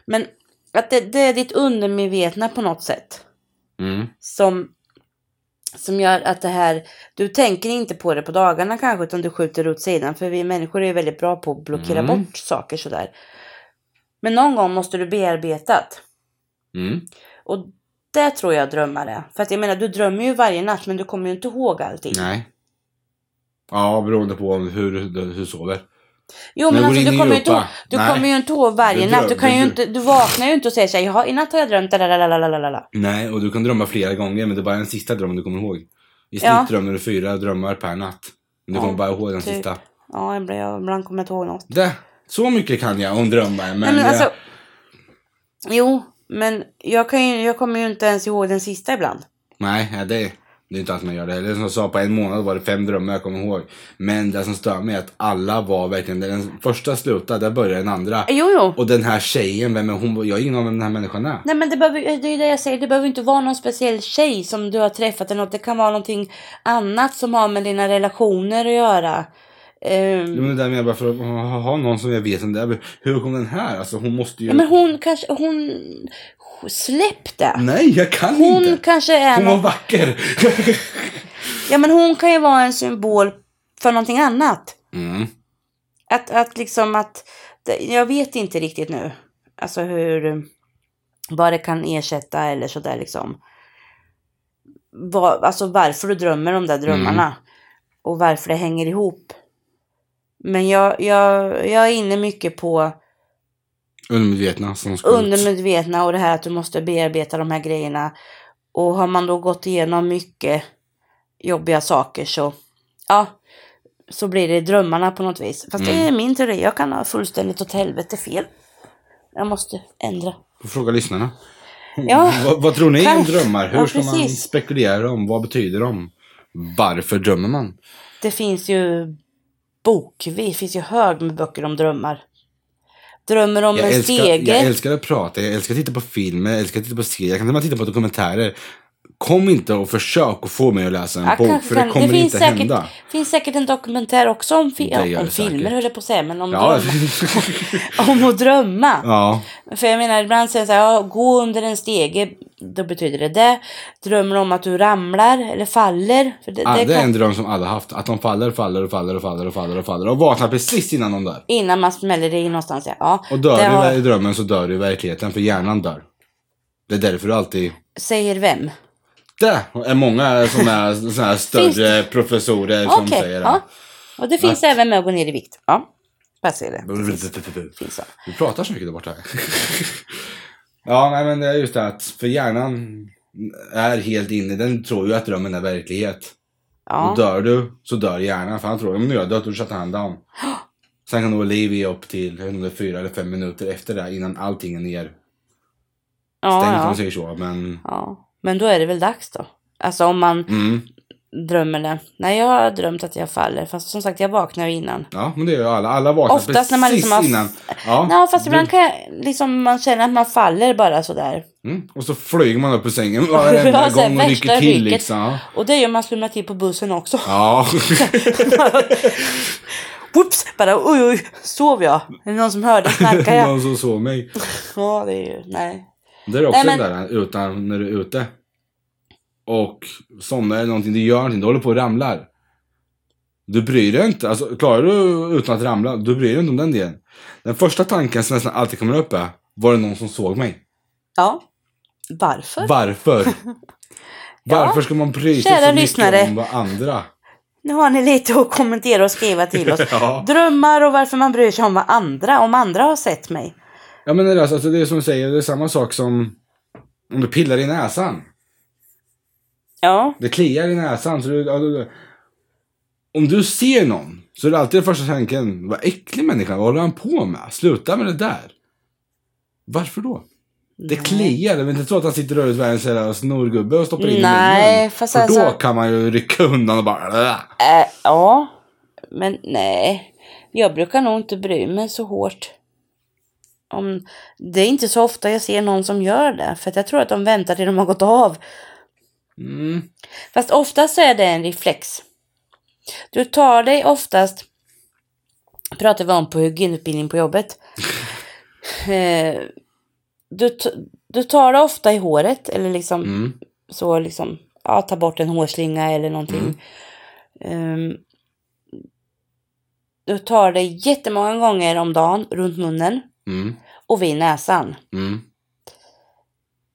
Speaker 1: Men att det, det är ditt undermedvetna på något sätt
Speaker 2: Mm.
Speaker 1: som, som gör att det här, du tänker inte på det på dagarna kanske utan du skjuter åt sidan för vi människor är ju väldigt bra på att blockera
Speaker 2: Mm.
Speaker 1: bort saker sådär. Men någon gång måste du bearbeta det.
Speaker 2: Mm.
Speaker 1: Och det tror jag drömmar är. För att jag menar du drömmer ju varje natt men du kommer ju inte ihåg allting.
Speaker 2: Nej. Ja, beroende på om hur du hur sover.
Speaker 1: Jo
Speaker 2: Men
Speaker 1: men
Speaker 2: går
Speaker 1: alltså
Speaker 2: in
Speaker 1: du
Speaker 2: i
Speaker 1: kommer ju inte ihåg,
Speaker 2: djupa.
Speaker 1: du
Speaker 2: Nej.
Speaker 1: kommer ju inte ihåg varje
Speaker 2: Du
Speaker 1: natt. Du,
Speaker 2: dröm-
Speaker 1: kan
Speaker 2: du
Speaker 1: ju
Speaker 2: dröm-
Speaker 1: inte, du vaknar ju inte och säger såhär jaha i natt har jag drömt lalalalalalala.
Speaker 2: Nej, och du kan drömma flera gånger men det är bara den sista drömmen du kommer ihåg. I snitt
Speaker 1: Ja.
Speaker 2: drömmer du fyra drömmar per natt. Men du
Speaker 1: Ja,
Speaker 2: kommer bara ihåg den
Speaker 1: typ.
Speaker 2: sista.
Speaker 1: Ja ibland ibland kommer jag inte ihåg något.
Speaker 2: Det, så mycket kan jag om drömmar. Men, eh,
Speaker 1: Nej, men
Speaker 2: jag-
Speaker 1: alltså, jo, men jag, kan ju, jag kommer ju inte ens ihåg den sista ibland.
Speaker 2: nej ja, det, det är inte allt man gör det heller. Som jag sa, på en månad var det fem drömmar jag kommer ihåg. Men det som stör mig är att alla var verkligen, där den första slutade, där började den andra.
Speaker 1: Jo, jo.
Speaker 2: Och den här tjejen, vem är hon? Jag har ingen aning om vem den här människan är.
Speaker 1: Nej, men det, behöver, det är ju det jag säger, det behöver inte vara någon speciell tjej som du har träffat eller något. Det kan vara någonting annat som har med dina relationer att göra. Ehm,
Speaker 2: Jo, men det där med jag bara för att ha ha någon som jag vet om det är. Hur kom den här? Alltså hon måste ju...
Speaker 1: ja, men hon kanske, hon, släpp det.
Speaker 2: Nej, jag kan
Speaker 1: Mm. Hon
Speaker 2: inte.
Speaker 1: kanske är
Speaker 2: Hon var
Speaker 1: någon,
Speaker 2: vacker. <laughs>
Speaker 1: ja men hon kan ju vara en symbol för någonting annat.
Speaker 2: mm.
Speaker 1: Att, att liksom att, det- jag vet inte riktigt nu. Alltså hur, vad det kan ersätta eller sådär liksom. Vad, alltså varför du drömmer de där drömmarna. Och varför det hänger ihop. Men jag, jag, jag är inne mycket på
Speaker 2: Undermedvetna som skjuts.
Speaker 1: undermedvetna och det här att du måste bearbeta de här grejerna. Och har man då gått igenom mycket jobbiga saker så, ja, så blir det drömmarna på något vis. Fast
Speaker 2: Mm.
Speaker 1: det är min teori, jag kan ha fullständigt åt helvete fel. Jag måste ändra.
Speaker 2: Får Fråga lyssnarna.
Speaker 1: Ja,
Speaker 2: Mm. Vad, vad tror ni om
Speaker 1: Kanske.
Speaker 2: drömmar? Hur
Speaker 1: Ja,
Speaker 2: ska man
Speaker 1: precis.
Speaker 2: spekulera om? Vad betyder de? Varför drömmer man?
Speaker 1: det finns ju bok, det finns ju hög med böcker om drömmar. Drömmer om
Speaker 2: Jag
Speaker 1: en
Speaker 2: älskar, jag
Speaker 1: seger.
Speaker 2: älskar att prata, jag älskar att titta på filmer, jag älskar att titta på serier, jag kan till och med titta på dokumentärer. Kom inte och försök att få mig att läsa en
Speaker 1: Ja,
Speaker 2: bok,
Speaker 1: kanske
Speaker 2: för det
Speaker 1: kan-
Speaker 2: kommer
Speaker 1: finns
Speaker 2: inte
Speaker 1: säkert,
Speaker 2: hända.
Speaker 1: finns säkert en dokumentär också om, fi-
Speaker 2: Det gör
Speaker 1: om
Speaker 2: det säkert.
Speaker 1: filmer, höll jag på att säga, men om,
Speaker 2: Ja.
Speaker 1: dröm- <laughs> om att drömma.
Speaker 2: <laughs> ja.
Speaker 1: För jag menar, ibland säger jag så här, ja, gå under en stege, då betyder det det. Drömmer om att du ramlar eller faller. För det,
Speaker 2: Ja,
Speaker 1: det
Speaker 2: Ah, det är
Speaker 1: kan,
Speaker 2: en dröm som alla haft. Att de faller, faller och faller och faller och faller och faller och vaknar precis innan de dör.
Speaker 1: Innan man smäller det in någonstans, ja. ja.
Speaker 2: Och dör
Speaker 1: det
Speaker 2: du
Speaker 1: har-
Speaker 2: i verkligheten så dör du i verkligheten för hjärnan dör. Det är därför du alltid...
Speaker 1: Säger vem?
Speaker 2: inte är många sådana här,
Speaker 1: <laughs>
Speaker 2: såna här större professorer som
Speaker 1: Okej,
Speaker 2: säger
Speaker 1: ja. Och det finns även med att gå ner i vikt. Ja, jag ser det.
Speaker 2: det.
Speaker 1: Finns det.
Speaker 2: Du pratar så mycket där borta. <laughs> ja, nej, men det är just det att för hjärnan är helt inne, den tror ju att drömmen är verklighet. Och
Speaker 1: Ja.
Speaker 2: dör du så dör hjärnan för han tror att nu har jag dött och då sätter han down. Sen kan då liv ge upp till jag vet inte om det är fyra eller fem minuter efter det innan allting är ner. Stängt om man
Speaker 1: Ja, ja.
Speaker 2: säger så. Men
Speaker 1: ja. Men då är det väl dags då. Alltså om man
Speaker 2: mm,
Speaker 1: drömmer det. Nej, jag har drömt att jag faller. Fast som sagt, jag vaknar ju innan.
Speaker 2: ja, men det gör ju alla. Alla vaknar
Speaker 1: Oftast
Speaker 2: precis
Speaker 1: när man liksom har-
Speaker 2: innan. Ja,
Speaker 1: Ja, fast
Speaker 2: du-
Speaker 1: ibland kan jag, liksom, man känner att man faller bara sådär.
Speaker 2: Mm, och så flyger man upp ur sängen
Speaker 1: <laughs> Ja,
Speaker 2: varenda
Speaker 1: så här,
Speaker 2: gång och
Speaker 1: värsta
Speaker 2: rycker till
Speaker 1: rycket.
Speaker 2: liksom. Ja.
Speaker 1: Och det gör man slumnar till på bussen också. <laughs>
Speaker 2: Ja.
Speaker 1: Whoops! Bara oj, oj, sov jag? Är det någon som hörde?
Speaker 2: <laughs>
Speaker 1: Snackar jag?
Speaker 2: Någon som såg mig.
Speaker 1: Ja, det är ju, nej.
Speaker 2: Det är också
Speaker 1: Nej, men-
Speaker 2: det där utan, när du är ute. Och somnar eller någonting, du gör någonting, du håller på och ramlar. Du bryr dig inte, alltså klarar du utan att ramla, du bryr dig inte om den delen. Den första tanken som nästan alltid kommer upp är, var det någon som såg mig?
Speaker 1: Ja. Varför? <laughs>
Speaker 2: Varför? Varför ska man bry sig
Speaker 1: kära
Speaker 2: så mycket
Speaker 1: lyssnare.
Speaker 2: om vad andra?
Speaker 1: Nu har ni lite att kommentera och skriva till oss.
Speaker 2: <laughs> Ja.
Speaker 1: Drömmar och varför man bryr sig om vad andra, om andra har sett mig.
Speaker 2: Ja men det är, alltså, alltså, det är som du säger, det är samma sak som om du pillar i näsan.
Speaker 1: Ja,
Speaker 2: Det kliar i näsan. Så du, ja, du, du- om du ser någon så är det alltid den första tanken, vad äcklig människa, vad håller han på med? Sluta med det där. Varför då? Det
Speaker 1: Nej.
Speaker 2: kliar, det är inte så att han sitter och rör ut världens jävla snorgubbe och stoppar in i
Speaker 1: Nej,
Speaker 2: munnen.
Speaker 1: fast
Speaker 2: För då
Speaker 1: alltså-
Speaker 2: kan man ju rycka undan och bara... "Äh."
Speaker 1: äh, ja, men nej. Jag brukar nog inte bry mig så hårt. Om, det är inte så ofta jag ser någon som gör det, för att jag tror att de väntar till de har gått av.
Speaker 2: Mm.
Speaker 1: Fast oftast så är det en reflex. Du tar dig oftast, pratar vi om på hygienutbildning på jobbet. Eh, du, t- du tar dig ofta i håret eller liksom
Speaker 2: Mm.
Speaker 1: så liksom, ja, ta bort en hårslinga eller någonting.
Speaker 2: Mm.
Speaker 1: Ehm, du tar det jättemånga gånger om dagen runt munnen
Speaker 2: Mm.
Speaker 1: och vid näsan
Speaker 2: Mm.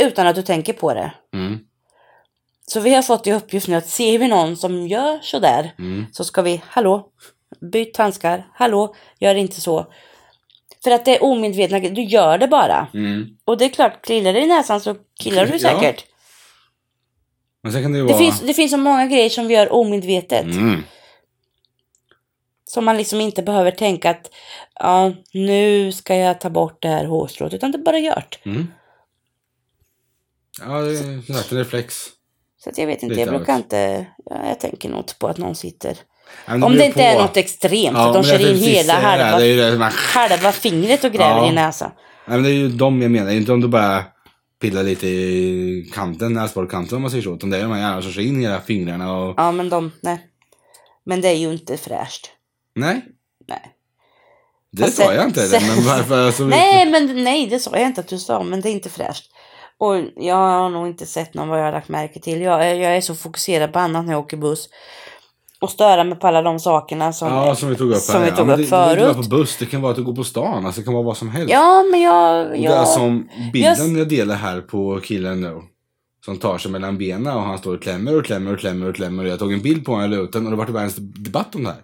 Speaker 1: utan att du tänker på det.
Speaker 2: Mm.
Speaker 1: Så vi har fått i uppgift nu att ser vi någon som gör sådär
Speaker 2: Mm.
Speaker 1: så ska vi, hallå, byt handskar, hallå, gör inte så. För att det är omedvetna grejer, du gör det bara.
Speaker 2: Mm.
Speaker 1: Och det är klart, klillar det i näsan så killar du
Speaker 2: Ja.
Speaker 1: säkert.
Speaker 2: Men sen kan det ju
Speaker 1: Det,
Speaker 2: vara...
Speaker 1: finns, det finns så många grejer som vi gör omedvetet.
Speaker 2: Mm.
Speaker 1: Som man liksom inte behöver tänka att ja, nu ska jag ta bort det här hårstrået. Utan det är bara gjort.
Speaker 2: Mm. Ja, det är som sagt en reflex.
Speaker 1: Så att jag vet inte,
Speaker 2: Lite
Speaker 1: jag brukar
Speaker 2: allt.
Speaker 1: inte, ja, jag tänker nog inte på att någon sitter.
Speaker 2: Ja, men
Speaker 1: Om
Speaker 2: beror
Speaker 1: det inte
Speaker 2: på.
Speaker 1: är något extremt,
Speaker 2: Ja,
Speaker 1: att de
Speaker 2: men
Speaker 1: kör
Speaker 2: det
Speaker 1: in
Speaker 2: är precis
Speaker 1: hela
Speaker 2: det där,
Speaker 1: halva,
Speaker 2: Det är ju det som är...
Speaker 1: halva fingret och gräver
Speaker 2: Ja.
Speaker 1: i näsan.
Speaker 2: Nej, men det är ju de jag menar. Inte om du bara pillar lite i kanten, näsborrkanten om man säger så. Utan det är de här jävlarna som kör in i hela fingrarna och...
Speaker 1: Ja, men de, nej. Men det är ju inte fräscht.
Speaker 2: Nej.
Speaker 1: Nej.
Speaker 2: Det
Speaker 1: Fast
Speaker 2: sa
Speaker 1: sen-
Speaker 2: jag inte
Speaker 1: sen-
Speaker 2: heller. Men varför... Alltså,
Speaker 1: Nej, men nej, det sa jag inte att du sa, men det är inte fräscht. Och jag har nog inte sett någon vad jag har lagt märke till. Jag, är- jag är så fokuserad på annat när jag åker buss. Och störa mig på alla de sakerna som...
Speaker 2: Ja, som vi tog upp här.
Speaker 1: Som vi
Speaker 2: ja.
Speaker 1: tog upp
Speaker 2: Men det, Det kan vara
Speaker 1: förut.
Speaker 2: på buss, det kan vara att du går på stan. Alltså, det kan vara vad som helst.
Speaker 1: Ja, men jag...
Speaker 2: Och det är
Speaker 1: jag
Speaker 2: som
Speaker 1: jag-
Speaker 2: bilden jag delar här på killen nu. Som tar sig mellan benen och han står och klämmer och klämmer och klämmer och klämmer. Och jag tog en bild på honom i luten och det vart världens debatt om det här.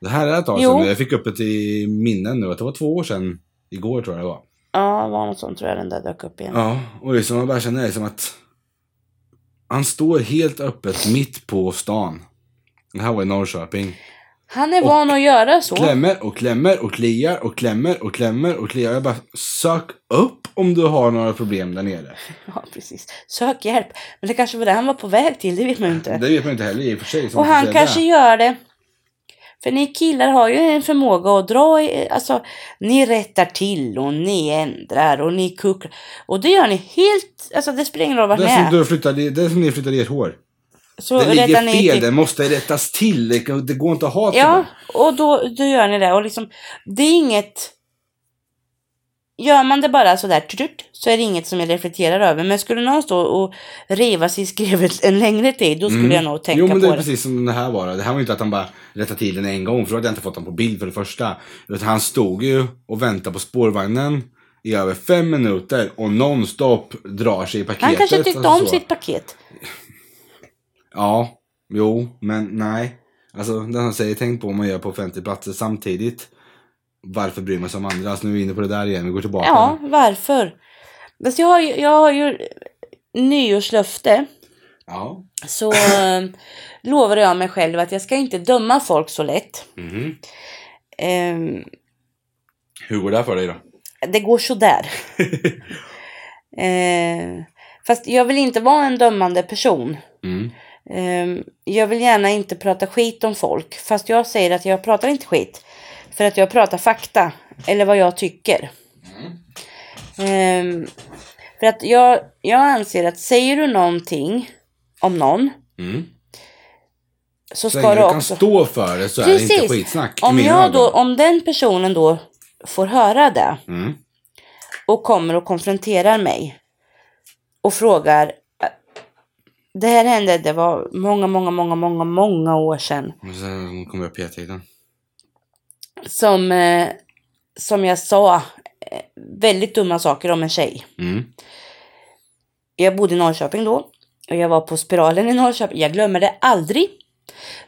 Speaker 2: Det här är ett tag
Speaker 1: Jo.
Speaker 2: sedan. Jag fick upp det i minnen nu. Att det var två år sedan. Igår tror jag det var.
Speaker 1: Ja, det var något sånt tror jag den där dök upp igen.
Speaker 2: Ja, och liksom man bara känner liksom att han står helt öppet mitt på stan. Det här var i Norrköping.
Speaker 1: Han är van att göra så.
Speaker 2: Klämmer och klämmer och kliar och klämmer och klämmer och kliar. Jag bara sök upp om du har några problem där nere.
Speaker 1: Ja, precis. Sök hjälp. Men det kanske var det han var på väg till, det vet man ju inte.
Speaker 2: Det vet man inte heller i och för sig. som
Speaker 1: Och
Speaker 2: man får
Speaker 1: han
Speaker 2: säga
Speaker 1: kanske
Speaker 2: det.
Speaker 1: gör det. För ni killar har ju en förmåga att dra i, alltså ni rättar till och ni ändrar och ni kucklar. Och det gör ni helt, alltså det spelar ingen roll vart
Speaker 2: Det
Speaker 1: ni
Speaker 2: är,
Speaker 1: är.
Speaker 2: som du flyttade, det är som ni flyttade ert hår.
Speaker 1: Så
Speaker 2: det
Speaker 1: rättar
Speaker 2: ligger
Speaker 1: ni
Speaker 2: fel,
Speaker 1: till-
Speaker 2: det måste rättas till. Det, det går inte att ha till
Speaker 1: Ja,
Speaker 2: det.
Speaker 1: och då, då gör ni det. Och liksom, det är inget... Gör man det bara sådär trut, så är det inget som jag reflekterar över. Men skulle någon stå och riva sig i skrevet en längre tid, då skulle
Speaker 2: Mm.
Speaker 1: jag nog tänka
Speaker 2: jo, men det
Speaker 1: på
Speaker 2: är
Speaker 1: det.
Speaker 2: precis som det här var. då. Det här var ju inte att han bara rättade till den en gång, för då hade jag inte fått den på bild för det första. Utan han stod ju och väntade på spårvagnen i över fem minuter och nonstop drar sig i paketet.
Speaker 1: Han kanske tyckte
Speaker 2: alltså
Speaker 1: om
Speaker 2: så.
Speaker 1: sitt paket.
Speaker 2: Ja, jo, men nej. Alltså den som säger tänk på vad man gör på offentliga platser samtidigt. Varför bryr man sig om andra? Alltså nu är vi inne på det där igen, vi går tillbaka.
Speaker 1: Ja, varför? Fast jag har ju, jag har ju nyårslöfte.
Speaker 2: Ja. <coughs>
Speaker 1: Så eh, lovade jag mig själv att jag ska inte döma folk så lätt.
Speaker 2: Mhm.
Speaker 1: Ehm,
Speaker 2: Hur går det här för dig då?
Speaker 1: det går
Speaker 2: <laughs>
Speaker 1: sådär. Eh, fast jag vill inte vara en dömande person.
Speaker 2: Mm.
Speaker 1: Ehm, jag vill gärna inte prata skit om folk. Fast jag säger att jag pratar inte skit. För att jag pratar fakta. Eller vad jag tycker. Ehm, för att jag, jag anser att säger du någonting om någon.
Speaker 2: Mm.
Speaker 1: Så
Speaker 2: Så
Speaker 1: ska
Speaker 2: länge
Speaker 1: du
Speaker 2: du kan
Speaker 1: också...
Speaker 2: stå för det så är det inte skitsnack. i
Speaker 1: om,
Speaker 2: mina
Speaker 1: jag då,
Speaker 2: ögon.
Speaker 1: om den personen då får höra det.
Speaker 2: Mm.
Speaker 1: och kommer och konfronterar mig och frågar. Det här hände, det var många, många, många, många, många år sedan
Speaker 2: Och sen kommer jag peta i den.
Speaker 1: som, eh, som jag sa eh, väldigt dumma saker om en tjej.
Speaker 2: Mm.
Speaker 1: Jag bodde i Norrköping då och jag var på Spiralen i Norrköping. Jag glömmer det aldrig.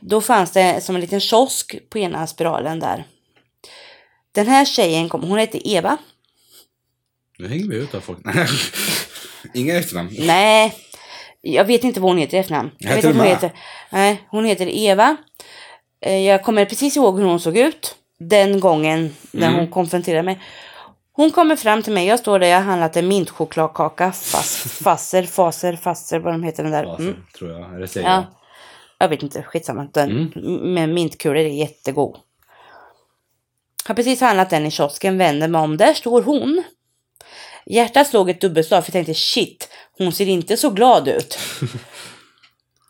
Speaker 1: Då fanns det som en liten kiosk på ena Spiralen där. Den här tjejen kom, hon hette Eva.
Speaker 2: Nu hänger vi ut av folk. <laughs> Inga efternamn.
Speaker 1: Nej, jag vet inte vad hon heter i efternamn. Jag
Speaker 2: Jag
Speaker 1: vet
Speaker 2: tror
Speaker 1: att hon
Speaker 2: det
Speaker 1: heter. Nej, hon heter Eva. Eh, Jag kommer precis ihåg hur hon såg ut den gången när hon konfronterade mig. Hon kommer fram till mig, jag står där, jag har handlat en mintchokladkaka, fas, faser, faser, faser, vad de heter den där.
Speaker 2: Alltså,
Speaker 1: Mm.
Speaker 2: tror jag. Eller säger
Speaker 1: Ja. Jag vet inte, skitsamma. Den med mintkulor är jättegod. Har precis handlat den i kiosken, vänder mig om. Där står hon. Hjärtat slog ett dubbelslag för jag tänkte shit, hon ser inte så glad ut.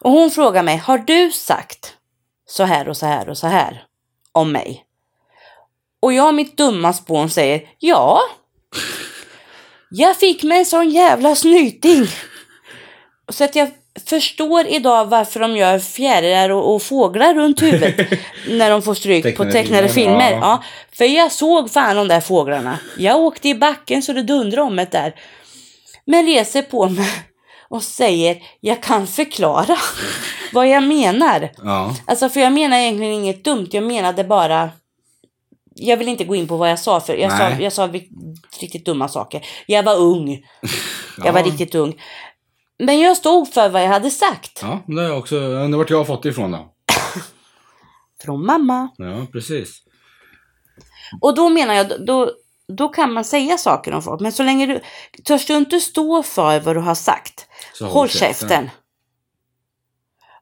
Speaker 1: och hon frågar mig, har du sagt så här och så här och så här om mig? Och jag mitt dumma spån säger ja. Jag fick mig en sån jävla snyting. Så att jag förstår idag varför de gör fjärilar och, och fåglar runt huvudet
Speaker 2: <laughs>
Speaker 1: när de får stryk på
Speaker 2: Tecknade
Speaker 1: tecknade filmer.
Speaker 2: filmer,
Speaker 1: filmer.
Speaker 2: ja.
Speaker 1: Ja, för jag såg fan de där fåglarna. Jag åkte i backen så det dundrade om mig där. Men reser på mig och säger jag kan förklara <laughs> vad jag menar.
Speaker 2: Ja.
Speaker 1: Alltså för jag menar egentligen inget dumt. Jag menade bara. Jag vill inte gå in på vad jag sa för jag, sa,
Speaker 2: Nej.
Speaker 1: jag sa vi- riktigt dumma saker. Jag var ung.
Speaker 2: ja.
Speaker 1: Jag var riktigt ung. Men jag stod för vad jag hade sagt.
Speaker 2: Ja, men det har jag också. Jag undrar vart jag har fått det ifrån då.
Speaker 1: Från mamma.
Speaker 2: Ja, precis.
Speaker 1: Och då menar jag, då, då kan man säga saker om folk. Men så länge du, törs du inte stå för vad du har sagt,
Speaker 2: Så
Speaker 1: håll käften.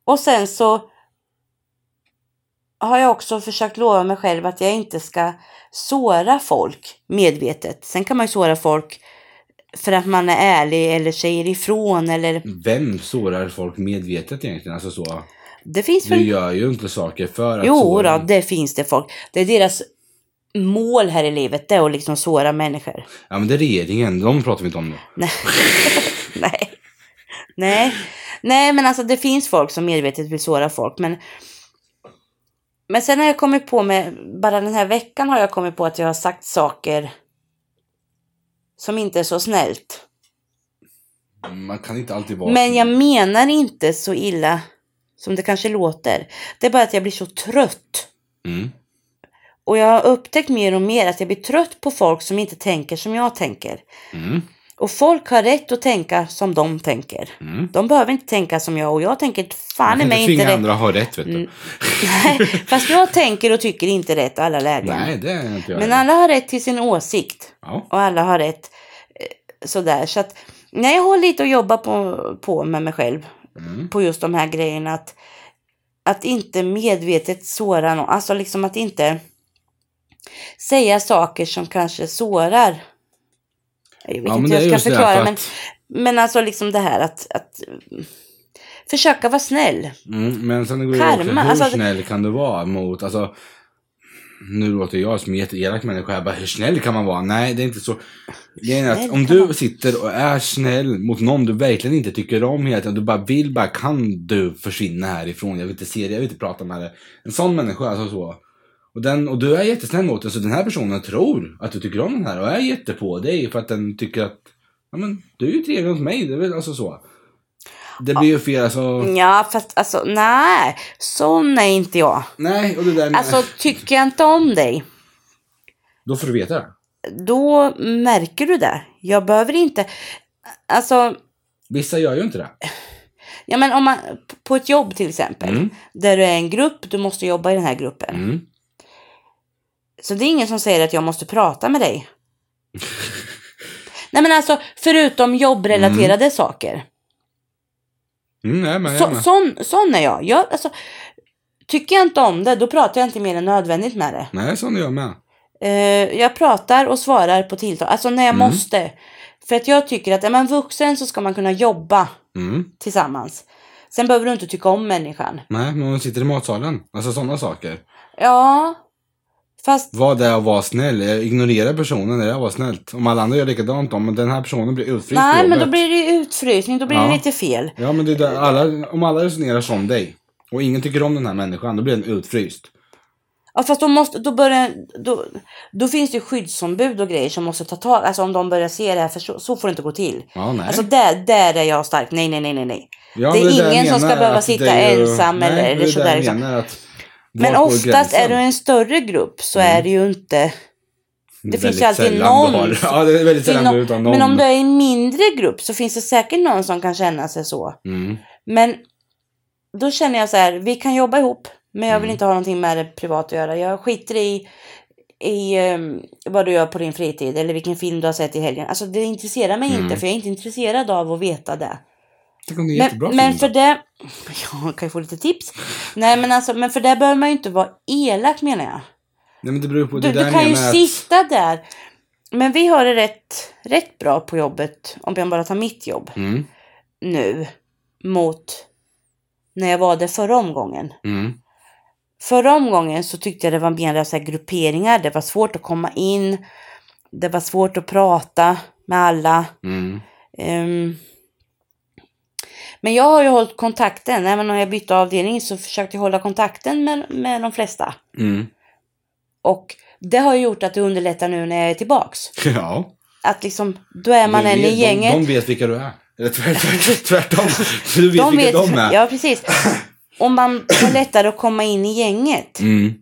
Speaker 1: Och sen så har jag också försökt lova mig själv att jag inte ska såra folk medvetet. Sen kan man ju såra folk för att man är ärlig eller säger ifrån eller
Speaker 2: Vem sårar folk medvetet egentligen? Alltså så.
Speaker 1: det finns väl
Speaker 2: Du gör ju inte saker för att
Speaker 1: Jo,
Speaker 2: såra.
Speaker 1: då, det finns det folk. Det är deras mål här i livet, det är att liksom såra människor.
Speaker 2: Ja, men det är regeringen. De pratar vi inte om nu.
Speaker 1: <laughs> Nej. Nej. Nej. Nej, men alltså det finns folk som medvetet vill såra folk. Men, men sen har jag kommit på med, bara den här veckan har jag kommit på att jag har sagt saker som inte är så snällt.
Speaker 2: Man kan inte alltid vara
Speaker 1: Men jag menar inte så illa som det kanske låter. Det är bara att jag blir så trött.
Speaker 2: Mm.
Speaker 1: Och jag har upptäckt mer och mer att jag blir trött på folk som inte tänker som jag tänker.
Speaker 2: Mm.
Speaker 1: Och folk har rätt att tänka som de tänker.
Speaker 2: Mm.
Speaker 1: De behöver inte tänka som jag och jag tänker
Speaker 2: Man
Speaker 1: fan i
Speaker 2: kan
Speaker 1: mig
Speaker 2: inte
Speaker 1: inte Mm.
Speaker 2: tvinga
Speaker 1: rätt.
Speaker 2: andra att ha rätt vet du.
Speaker 1: <laughs> Nej, fast jag tänker och tycker inte rätt i alla lägen.
Speaker 2: Nej, det är inte jag.
Speaker 1: Men alla har rätt till sin åsikt.
Speaker 2: ja.
Speaker 1: Och alla har rätt eh, sådär. Så att, nej, jag har lite att jobba på, på med mig själv.
Speaker 2: Mm.
Speaker 1: På just de här grejerna. Att, att inte medvetet såra någon. Alltså liksom att inte säga saker som kanske sårar. Jag vet
Speaker 2: Ja, men
Speaker 1: inte
Speaker 2: det
Speaker 1: hur
Speaker 2: är
Speaker 1: jag
Speaker 2: just
Speaker 1: ska
Speaker 2: det
Speaker 1: förklara.
Speaker 2: för
Speaker 1: men,
Speaker 2: att-
Speaker 1: men alltså liksom det här att, att mm, försöka vara snäll.
Speaker 2: Mm, men sen det går ju
Speaker 1: Karma,
Speaker 2: också, hur
Speaker 1: alltså det-
Speaker 2: snäll kan du vara mot, alltså nu låter jag som en jätteelak människa, jag bara hur snäll kan man vara? Nej det är inte så. Grejen är
Speaker 1: snäll
Speaker 2: att om
Speaker 1: kan
Speaker 2: du
Speaker 1: man-
Speaker 2: sitter och är snäll mot någon du verkligen inte tycker om hela tiden, du bara vill bara kan du försvinna härifrån, jag vill inte se dig, jag vill inte prata med dig. En sån människa alltså så. Och, den, och du är jättesnäll mot den, så den här personen tror att du tycker om den här och är jätte på dig för att den tycker att ja, men, du är ju trevlig mot mig, det är väl alltså så. Det blir ju fel alltså.
Speaker 1: Ja, fast alltså nej. Sån är inte jag.
Speaker 2: Nej, och det där med,
Speaker 1: Alltså tycker jag inte om dig,
Speaker 2: Då får du veta det.
Speaker 1: då märker du det. Jag behöver inte... Alltså,
Speaker 2: Vissa gör ju inte det.
Speaker 1: Äh. ja men om man, på ett jobb till exempel.
Speaker 2: Mm.
Speaker 1: Där du är en grupp, du måste jobba i den här gruppen.
Speaker 2: Mm.
Speaker 1: Så det är ingen som säger att jag måste prata med
Speaker 2: <laughs>
Speaker 1: dig. Nej men alltså, förutom jobbrelaterade saker.
Speaker 2: Mm, nej, men,
Speaker 1: Så, sån, sån är jag. jag alltså, tycker jag inte om det, då pratar jag inte mer än nödvändigt med det.
Speaker 2: nej, sån är jag med.
Speaker 1: Eh, jag pratar och svarar på tilltal. Alltså när jag
Speaker 2: Mm.
Speaker 1: måste. För att jag tycker att är man vuxen så ska man kunna jobba
Speaker 2: Mm.
Speaker 1: tillsammans. Sen behöver du inte tycka om människan.
Speaker 2: Nej, men hon sitter i matsalen. Alltså sådana saker.
Speaker 1: Ja, fast
Speaker 2: Vad det är att vara snäll. Jag ignorerar personen, det är att vara snällt. Om alla andra gör likadant om, men den här personen blir utfryst på
Speaker 1: nej, men
Speaker 2: jobbet.
Speaker 1: då blir det ju utfrysning. Då blir
Speaker 2: Ja.
Speaker 1: det lite fel.
Speaker 2: Ja, men det är där, alla, om alla resonerar som dig och ingen tycker om den här människan, då blir den utfryst.
Speaker 1: Ja, fast då, måste, då, börjar, då, då finns det ju skyddsombud och grejer som måste ta tag Alltså om de börjar se det här, för så, så får det inte gå till.
Speaker 2: Ja, nej.
Speaker 1: Alltså där, där är jag stark. Nej, nej, nej, nej, nej.
Speaker 2: ja,
Speaker 1: det är
Speaker 2: men där
Speaker 1: ingen som
Speaker 2: jag
Speaker 1: ska
Speaker 2: menar
Speaker 1: behöva
Speaker 2: att det
Speaker 1: sitta
Speaker 2: är ju-
Speaker 1: ensam
Speaker 2: nej,
Speaker 1: eller-
Speaker 2: det är
Speaker 1: eller
Speaker 2: där
Speaker 1: sådär
Speaker 2: jag
Speaker 1: liksom.
Speaker 2: menar att-
Speaker 1: Men
Speaker 2: vart går
Speaker 1: oftast är
Speaker 2: gränsen?
Speaker 1: du en större grupp så
Speaker 2: Mm.
Speaker 1: är det ju inte... det finns ju
Speaker 2: Väldigt
Speaker 1: alltid
Speaker 2: sällan du
Speaker 1: någon
Speaker 2: har-
Speaker 1: som-
Speaker 2: <laughs> Ja, det är väldigt
Speaker 1: finns
Speaker 2: sällan
Speaker 1: någon-
Speaker 2: du är utan någon.
Speaker 1: Men om du är i en mindre grupp så finns det säkert någon som kan känna sig så.
Speaker 2: mm.
Speaker 1: Men då känner jag så här, vi kan jobba ihop. Men jag vill
Speaker 2: Mm.
Speaker 1: inte ha någonting med det privat att göra. Jag skiter i, i ehm, vad du gör på din fritid eller vilken film du har sett i helgen. Alltså det intresserar mig
Speaker 2: Mm.
Speaker 1: inte för jag är inte intresserad av att veta det.
Speaker 2: Tänk om det är jättebra
Speaker 1: Men, men
Speaker 2: film då?
Speaker 1: för det... <laughs> Jag kan ju få lite tips. Nej men alltså, men för det behöver man ju inte vara elak menar jag.
Speaker 2: Nej, men det beror på.
Speaker 1: Du,
Speaker 2: det där
Speaker 1: du kan ju
Speaker 2: menar jag att-
Speaker 1: sitta där. Men vi har det rätt, rätt bra på jobbet, om jag bara tar mitt jobb
Speaker 2: Mm,
Speaker 1: nu, mot när jag var där förra omgången.
Speaker 2: mm,
Speaker 1: Förra omgången så tyckte jag det var mer så här grupperingar, det var svårt att komma in, det var svårt att prata med alla.
Speaker 2: mm.
Speaker 1: Ehm, men jag har ju hållit kontakten, även om jag bytte avdelning så försökte jag hålla kontakten med, med de flesta.
Speaker 2: Mm. <laughs>
Speaker 1: Och det har ju gjort att det underlättar nu när jag är tillbaks.
Speaker 2: Ja.
Speaker 1: att liksom, då är man
Speaker 2: Du
Speaker 1: en
Speaker 2: vet-
Speaker 1: i gänget.
Speaker 2: De, de vet vilka du är. Eller tvärt, tvärt, tvärtom. <laughs> Du vet
Speaker 1: De
Speaker 2: vilka de är.
Speaker 1: Ja,
Speaker 2: <clears throat>
Speaker 1: precis. Och man har lättare att komma in i gänget.
Speaker 2: <laughs> Mm.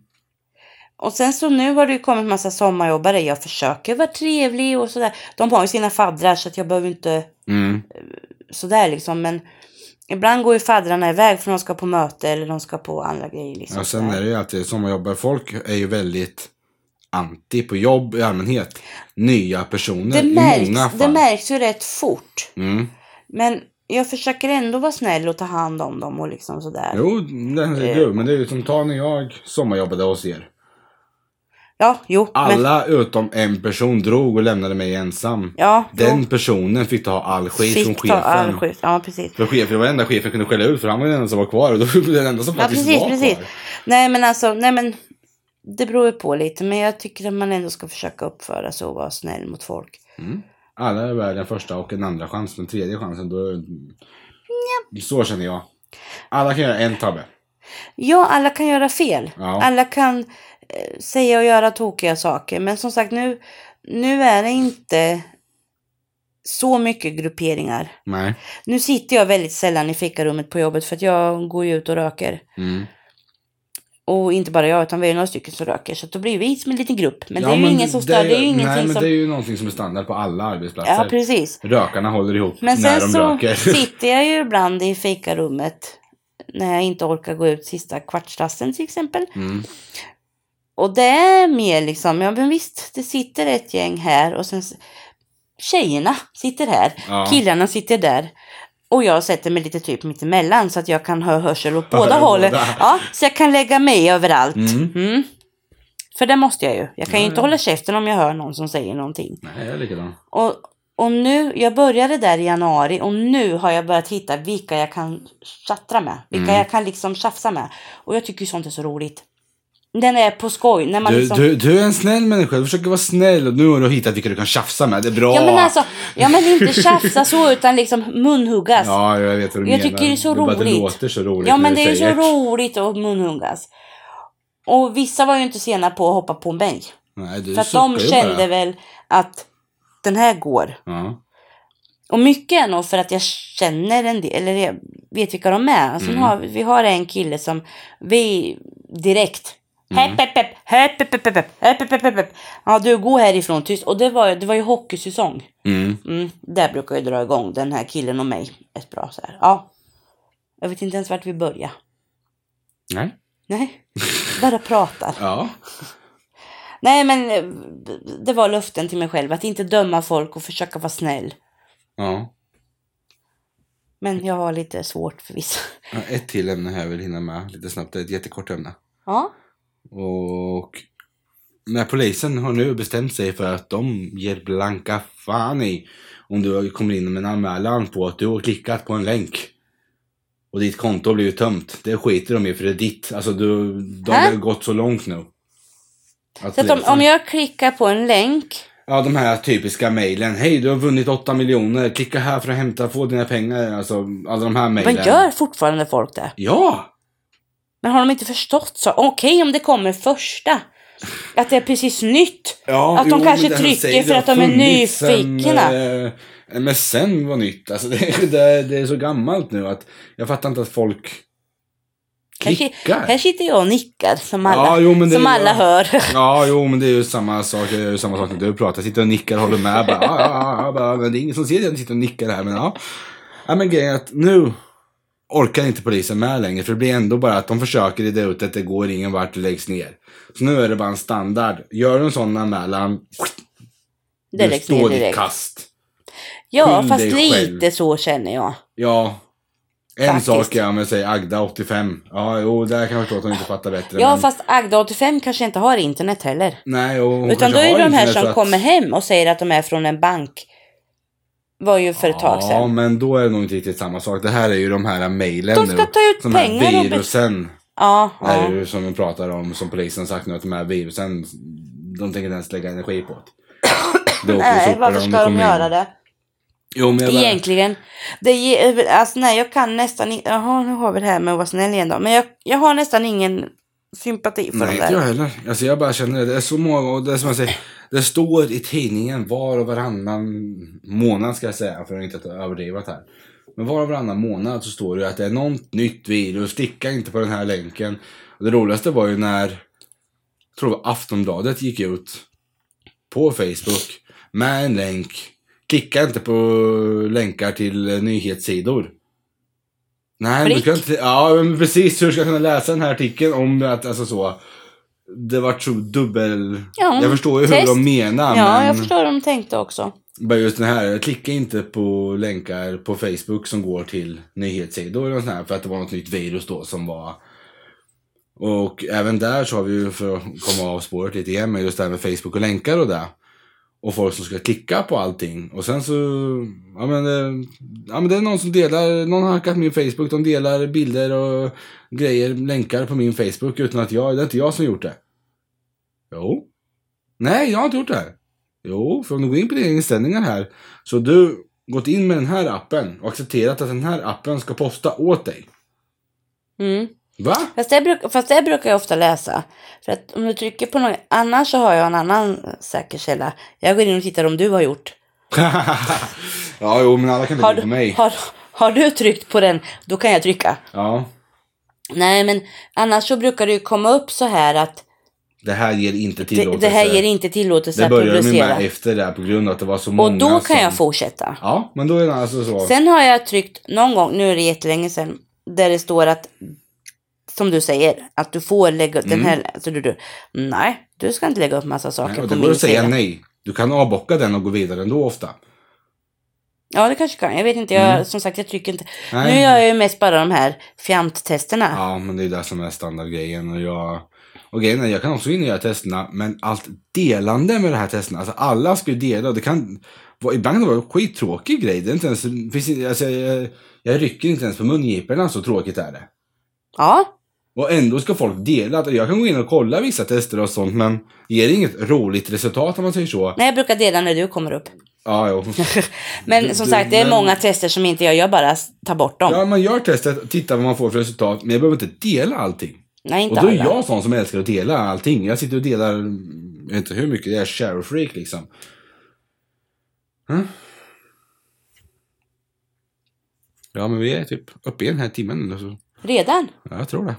Speaker 1: Och sen så nu har det ju kommit massa sommarjobbare. Jag försöker vara trevlig och sådär. De har ju sina faddrar så att jag behöver inte
Speaker 2: Mm.
Speaker 1: sådär liksom. Men ibland går ju faddrarna iväg för de ska på möte eller de ska på andra grejer. Liksom,
Speaker 2: Ja, sen
Speaker 1: sådär.
Speaker 2: är det ju alltid sommarjobbare. Folk är ju väldigt anti på jobb i allmänhet. Nya personer
Speaker 1: det,
Speaker 2: i många
Speaker 1: märks,
Speaker 2: fall.
Speaker 1: det märks ju rätt fort.
Speaker 2: mm.
Speaker 1: Men jag försöker ändå vara snäll och ta hand om dem och liksom sådär.
Speaker 2: Jo, det
Speaker 1: Eh.
Speaker 2: är du. Men det är ju som ta när jag sommarjobbade hos er.
Speaker 1: Ja, jo. Men,
Speaker 2: Alla utom en person drog och lämnade mig ensam.
Speaker 1: ja,
Speaker 2: Den
Speaker 1: jo.
Speaker 2: personen fick ta all skit
Speaker 1: Fick
Speaker 2: från
Speaker 1: ta
Speaker 2: chefen.
Speaker 1: all skit. Ja, precis.
Speaker 2: För chefen, det var den enda chefen kunde skälla ut för han var den enda som var kvar och då <laughs> var den enda som
Speaker 1: Ja,
Speaker 2: faktiskt
Speaker 1: precis,
Speaker 2: var
Speaker 1: precis.
Speaker 2: kvar.
Speaker 1: Nej men alltså, nej men. Det beror ju på lite, men jag tycker att man ändå ska försöka uppföra sig och vara snäll mot folk.
Speaker 2: Alla är värda en första och en andra chans, den tredje chansen då... Så känner jag. Alla kan göra en tabbe.
Speaker 1: Ja, alla kan göra fel.
Speaker 2: Ja.
Speaker 1: Alla kan eh, säga och göra tokiga saker, men som sagt nu, nu är det inte så mycket grupperingar.
Speaker 2: Nej.
Speaker 1: Nu sitter jag väldigt sällan i fikarummet på jobbet för att jag går ju ut och röker.
Speaker 2: Mm.
Speaker 1: Och inte bara jag, utan vi är några stycken som röker. Så då blir vi som en liten grupp. Men
Speaker 2: Ja,
Speaker 1: det är ju ingen som stör. Det är ju ingenting
Speaker 2: Nej, men
Speaker 1: som...
Speaker 2: det är ju någonting som är standard på alla arbetsplatser.
Speaker 1: Ja, precis.
Speaker 2: Rökarna håller ihop
Speaker 1: Men sen
Speaker 2: när de
Speaker 1: så
Speaker 2: röker. <laughs>
Speaker 1: sitter jag ju ibland i fikarummet när jag inte orkar gå ut sista kvartsrasten till exempel.
Speaker 2: Mm.
Speaker 1: Och det är mer liksom, ja men visst, det sitter ett gäng här och sen s- tjejerna sitter här,
Speaker 2: Ja.
Speaker 1: killarna sitter där. Och jag sätter mig lite typ mittemellan så att jag kan ha hörsel
Speaker 2: <laughs>
Speaker 1: åt båda
Speaker 2: Båda.
Speaker 1: hållen. Ja, så jag kan lägga mig överallt.
Speaker 2: Mm.
Speaker 1: Mm. För det måste jag ju. Jag kan ju
Speaker 2: Ja,
Speaker 1: inte
Speaker 2: ja.
Speaker 1: hålla käften om jag hör någon som säger någonting.
Speaker 2: Nej, jag är likadan.
Speaker 1: Och, och nu, jag började där i januari och nu har jag börjat hitta vilka jag kan tjattra med. Vilka
Speaker 2: Mm.
Speaker 1: jag kan liksom tjafsa med. Och jag tycker ju sånt är så roligt. Den är på skoj. När man
Speaker 2: Du,
Speaker 1: liksom...
Speaker 2: du, du är en snäll människa, du försöker vara snäll och nu har du hittat vilka du kan tjafsa med. Det är bra!
Speaker 1: Ja men alltså, ja men inte tjafsa så utan liksom munhuggas. Ja,
Speaker 2: Ja, jag vet vad du
Speaker 1: Jag
Speaker 2: menar.
Speaker 1: tycker det är så
Speaker 2: är bara att Det
Speaker 1: roligt.
Speaker 2: låter så roligt
Speaker 1: men
Speaker 2: när
Speaker 1: det
Speaker 2: du
Speaker 1: är ju så
Speaker 2: säger
Speaker 1: roligt att munhuggas. Och vissa var ju inte sena på att hoppa på en bänk.
Speaker 2: Nej, du
Speaker 1: För att
Speaker 2: suckar
Speaker 1: de
Speaker 2: ju
Speaker 1: kände
Speaker 2: bara.
Speaker 1: väl att den här går.
Speaker 2: Ja.
Speaker 1: Och mycket är nog för att jag känner en del, eller jag vet vilka de är. Alltså,
Speaker 2: Mm.
Speaker 1: har, vi har en kille som vi direkt
Speaker 2: Mm.
Speaker 1: Hepp, hepp, hepp, hepp, hepp, hepp, hepp, hepp, hepp, hepp, hepp, hepp. Ja, du, gå härifrån tyst. Och det var, ju- det var ju hockeysäsong.
Speaker 2: Mm.
Speaker 1: Mm, där brukar jag dra igång den här killen och mig. Ett bra så här. Ja. Jag vet inte ens vart vi börjar.
Speaker 2: Nej.
Speaker 1: Nej, bara pratar.
Speaker 2: Ja.
Speaker 1: Nej, men eh, det var löften till mig själv. Att inte döma folk och försöka vara snäll.
Speaker 2: Ja.
Speaker 1: Men jag har lite svårt för vissa.
Speaker 2: Ja, Ett till ämne här jag vill hinna med lite snabbt. Det är ett jättekort ämne.
Speaker 1: Ja.
Speaker 2: Och när polisen har nu bestämt sig för att de ger blanka fan i om du kommer in med en anmälan på att du har klickat på en länk och ditt konto har blivit tömt. Det skiter de i för det är ditt. Alltså du, de
Speaker 1: Hä?
Speaker 2: har gått så långt nu.
Speaker 1: Så att om, om jag klickar på en länk.
Speaker 2: Ja, de här typiska mejlen. Hej, du har vunnit 8 miljoner. Klicka här för att hämta, få dina pengar. Alltså, alla de här mejlen.
Speaker 1: Vad gör fortfarande folk det?
Speaker 2: Ja!
Speaker 1: Men har de inte förstått så? Okej om det kommer första. Att det är precis nytt.
Speaker 2: Ja,
Speaker 1: Att de
Speaker 2: jo, men
Speaker 1: kanske
Speaker 2: det han
Speaker 1: trycker
Speaker 2: säger,
Speaker 1: för
Speaker 2: det
Speaker 1: att de
Speaker 2: har
Speaker 1: är
Speaker 2: funnits sen,
Speaker 1: nyfikna.
Speaker 2: eh, men sen var nytt. Alltså det, det, det är så gammalt nu att jag fattar inte att folk
Speaker 1: Här, si-
Speaker 2: klickar.
Speaker 1: här sitter jag och nickar som alla,
Speaker 2: Ja, jo, men det-
Speaker 1: som alla
Speaker 2: ja.
Speaker 1: hör.
Speaker 2: Ja, jo, men det är ju samma sak. Det är ju samma sak när du pratar. Jag sitter och nickar och håller med. Bara, ja, ja, ja, bara, men det är ingen som ser att jag sitter och nickar här. Men ja. ja men grejen är att nu orkar inte polisen med längre. För det blir ändå bara att de försöker reda ut att det går ingen vart det läggs ner. Så nu är det bara en standard. Gör du en sån anmälan,
Speaker 1: <laughs> Det
Speaker 2: du
Speaker 1: läggs ner
Speaker 2: står ditt
Speaker 1: direkt.
Speaker 2: kast.
Speaker 1: Ja,
Speaker 2: Skyll
Speaker 1: fast
Speaker 2: dig
Speaker 1: lite
Speaker 2: själv.
Speaker 1: så känner jag.
Speaker 2: Ja. En
Speaker 1: Faktiskt.
Speaker 2: sak är om jag säger Agda 85. Ja, jo, där kan jag förstå att hon inte fattar bättre.
Speaker 1: Ja,
Speaker 2: men...
Speaker 1: fast Agda 85 kanske inte har internet heller.
Speaker 2: Nej, och hon
Speaker 1: Utan
Speaker 2: kanske
Speaker 1: då är
Speaker 2: har
Speaker 1: det de här
Speaker 2: internet
Speaker 1: som
Speaker 2: så att-
Speaker 1: kommer hem och säger att de är från en bank. Var ju för ett tag
Speaker 2: Ja,
Speaker 1: sedan.
Speaker 2: men då är det nog inte riktigt samma sak. Det här är ju de här mejlen
Speaker 1: De ska
Speaker 2: nu.
Speaker 1: ta ut
Speaker 2: de
Speaker 1: pengar och
Speaker 2: här
Speaker 1: bet-
Speaker 2: virusen.
Speaker 1: Ja, ja.
Speaker 2: Är ju som vi pratar om, som polisen sagt nu, att de här virusen, de tänker inte ens lägga energi
Speaker 1: <coughs>
Speaker 2: på det.
Speaker 1: Nej, varför ska de göra det?
Speaker 2: Jo, men jag bara,
Speaker 1: Egentligen. Det, ge- alltså nej, jag kan nästan inte... Jaha, nu har vi det här med att vara snäll igen då. Men jag, jag har nästan ingen sympati för
Speaker 2: Nej,
Speaker 1: de
Speaker 2: inte
Speaker 1: där.
Speaker 2: jag heller. Alltså, jag bara känner det. Det är så många, och det är som jag säger, det står i tidningen var och varannan månad ska jag säga, för att inte att överdriva det här. Men var och varannan månad så står det ju att det är något nytt virus, klicka inte på den här länken. Och det roligaste var ju när, jag tror det var Aftonbladet gick ut på Facebook med en länk, klicka inte på länkar till eh, nyhetssidor. Nej, men du ska inte, ja men precis, hur ska jag kunna läsa den här artikeln om att, alltså så, det vart så dubbel...
Speaker 1: Ja,
Speaker 2: jag förstår ju hur
Speaker 1: test.
Speaker 2: de menar,
Speaker 1: Ja,
Speaker 2: men
Speaker 1: jag förstår hur de tänkte också.
Speaker 2: bara just den här, klicka inte på länkar på Facebook som går till nyhetssidor eller nåt sånt här, för att det var något nytt virus då som var... Och även där så har vi ju, för att komma av spåret lite igen, men just det här med Facebook och länkar och det. Och folk som ska klicka på allting. Och sen så, ja men, eh, ja men det är någon som delar, någon har hackat min Facebook, de delar bilder och grejer, länkar på min Facebook utan att jag, det är inte jag som gjort det. Jo. Nej, jag har inte gjort det här. Jo, för om du går in på dina inställningar här så har du gått in med den här appen och accepterat att den här appen ska posta åt dig.
Speaker 1: Mm.
Speaker 2: Va?
Speaker 1: Fast det, bruk, fast det brukar jag ofta läsa. För att om du trycker på någon annan så har jag en annan säker källa. Jag går in och tittar om du har gjort.
Speaker 2: ja, jo, men alla kan
Speaker 1: Har
Speaker 2: inte på
Speaker 1: du,
Speaker 2: mig.
Speaker 1: har, har du tryckt på den, då kan jag trycka.
Speaker 2: Ja,
Speaker 1: Nej, men annars så brukar det ju komma upp så här att
Speaker 2: det här ger inte
Speaker 1: det,
Speaker 2: tillåtelse.
Speaker 1: det här ger inte tillåtelse
Speaker 2: Det
Speaker 1: att
Speaker 2: började de ju med
Speaker 1: publicera.
Speaker 2: efter det här på grund av att det var så många
Speaker 1: Och då
Speaker 2: som...
Speaker 1: kan jag fortsätta.
Speaker 2: Ja, men då är det alltså så.
Speaker 1: Sen har jag tryckt någon gång, nu är det jättelänge sedan, där det står att som du säger, att du får lägga upp den här. Så du, du, nej, du ska inte lägga upp massa saker
Speaker 2: Mm. Nej, och
Speaker 1: på
Speaker 2: det går
Speaker 1: min
Speaker 2: att säga
Speaker 1: sida.
Speaker 2: nej. Du kan avbocka den och gå vidare ändå ofta.
Speaker 1: Ja, det kanske kan. Jag vet inte. Jag, Som sagt, jag trycker inte.
Speaker 2: Mm. Nej.
Speaker 1: Nu gör jag ju mest bara de här fjanttesterna.
Speaker 2: Ja, men det är det som är standardgrejen. Och, jag, och grejen är, jag kan också gå in och göra testerna, men allt delande med det här testerna, alltså alla ska ju dela. och Det kan, vara- ibland kan det vara en skittråkig grej. Det är inte ens, finns, inte- alltså, jag, jag rycker inte ens på mungiporna, så tråkigt är det.
Speaker 1: Ja.
Speaker 2: Och ändå ska folk dela. Och Jag kan gå in och kolla vissa tester och sånt, men ger det inget roligt resultat om man säger så.
Speaker 1: Nej, jag brukar dela när du kommer upp.
Speaker 2: Ja, jo.
Speaker 1: Men
Speaker 2: Du-
Speaker 1: som
Speaker 2: du-
Speaker 1: sagt, det är
Speaker 2: men-
Speaker 1: många tester som inte jag gör. Bara s- tar bort dem.
Speaker 2: ja, man gör testet, tittar vad man får för resultat, men jag behöver inte dela allting.
Speaker 1: Nej,
Speaker 2: Och
Speaker 1: inte
Speaker 2: då är
Speaker 1: alla.
Speaker 2: jag sån som älskar att dela allting. Jag sitter och delar, mm, jag vet Hm? inte hur mycket, jag är share freak liksom. Ja, men vi är typ uppe i den här timmen. eller så.
Speaker 1: Redan?
Speaker 2: Ja, jag tror det.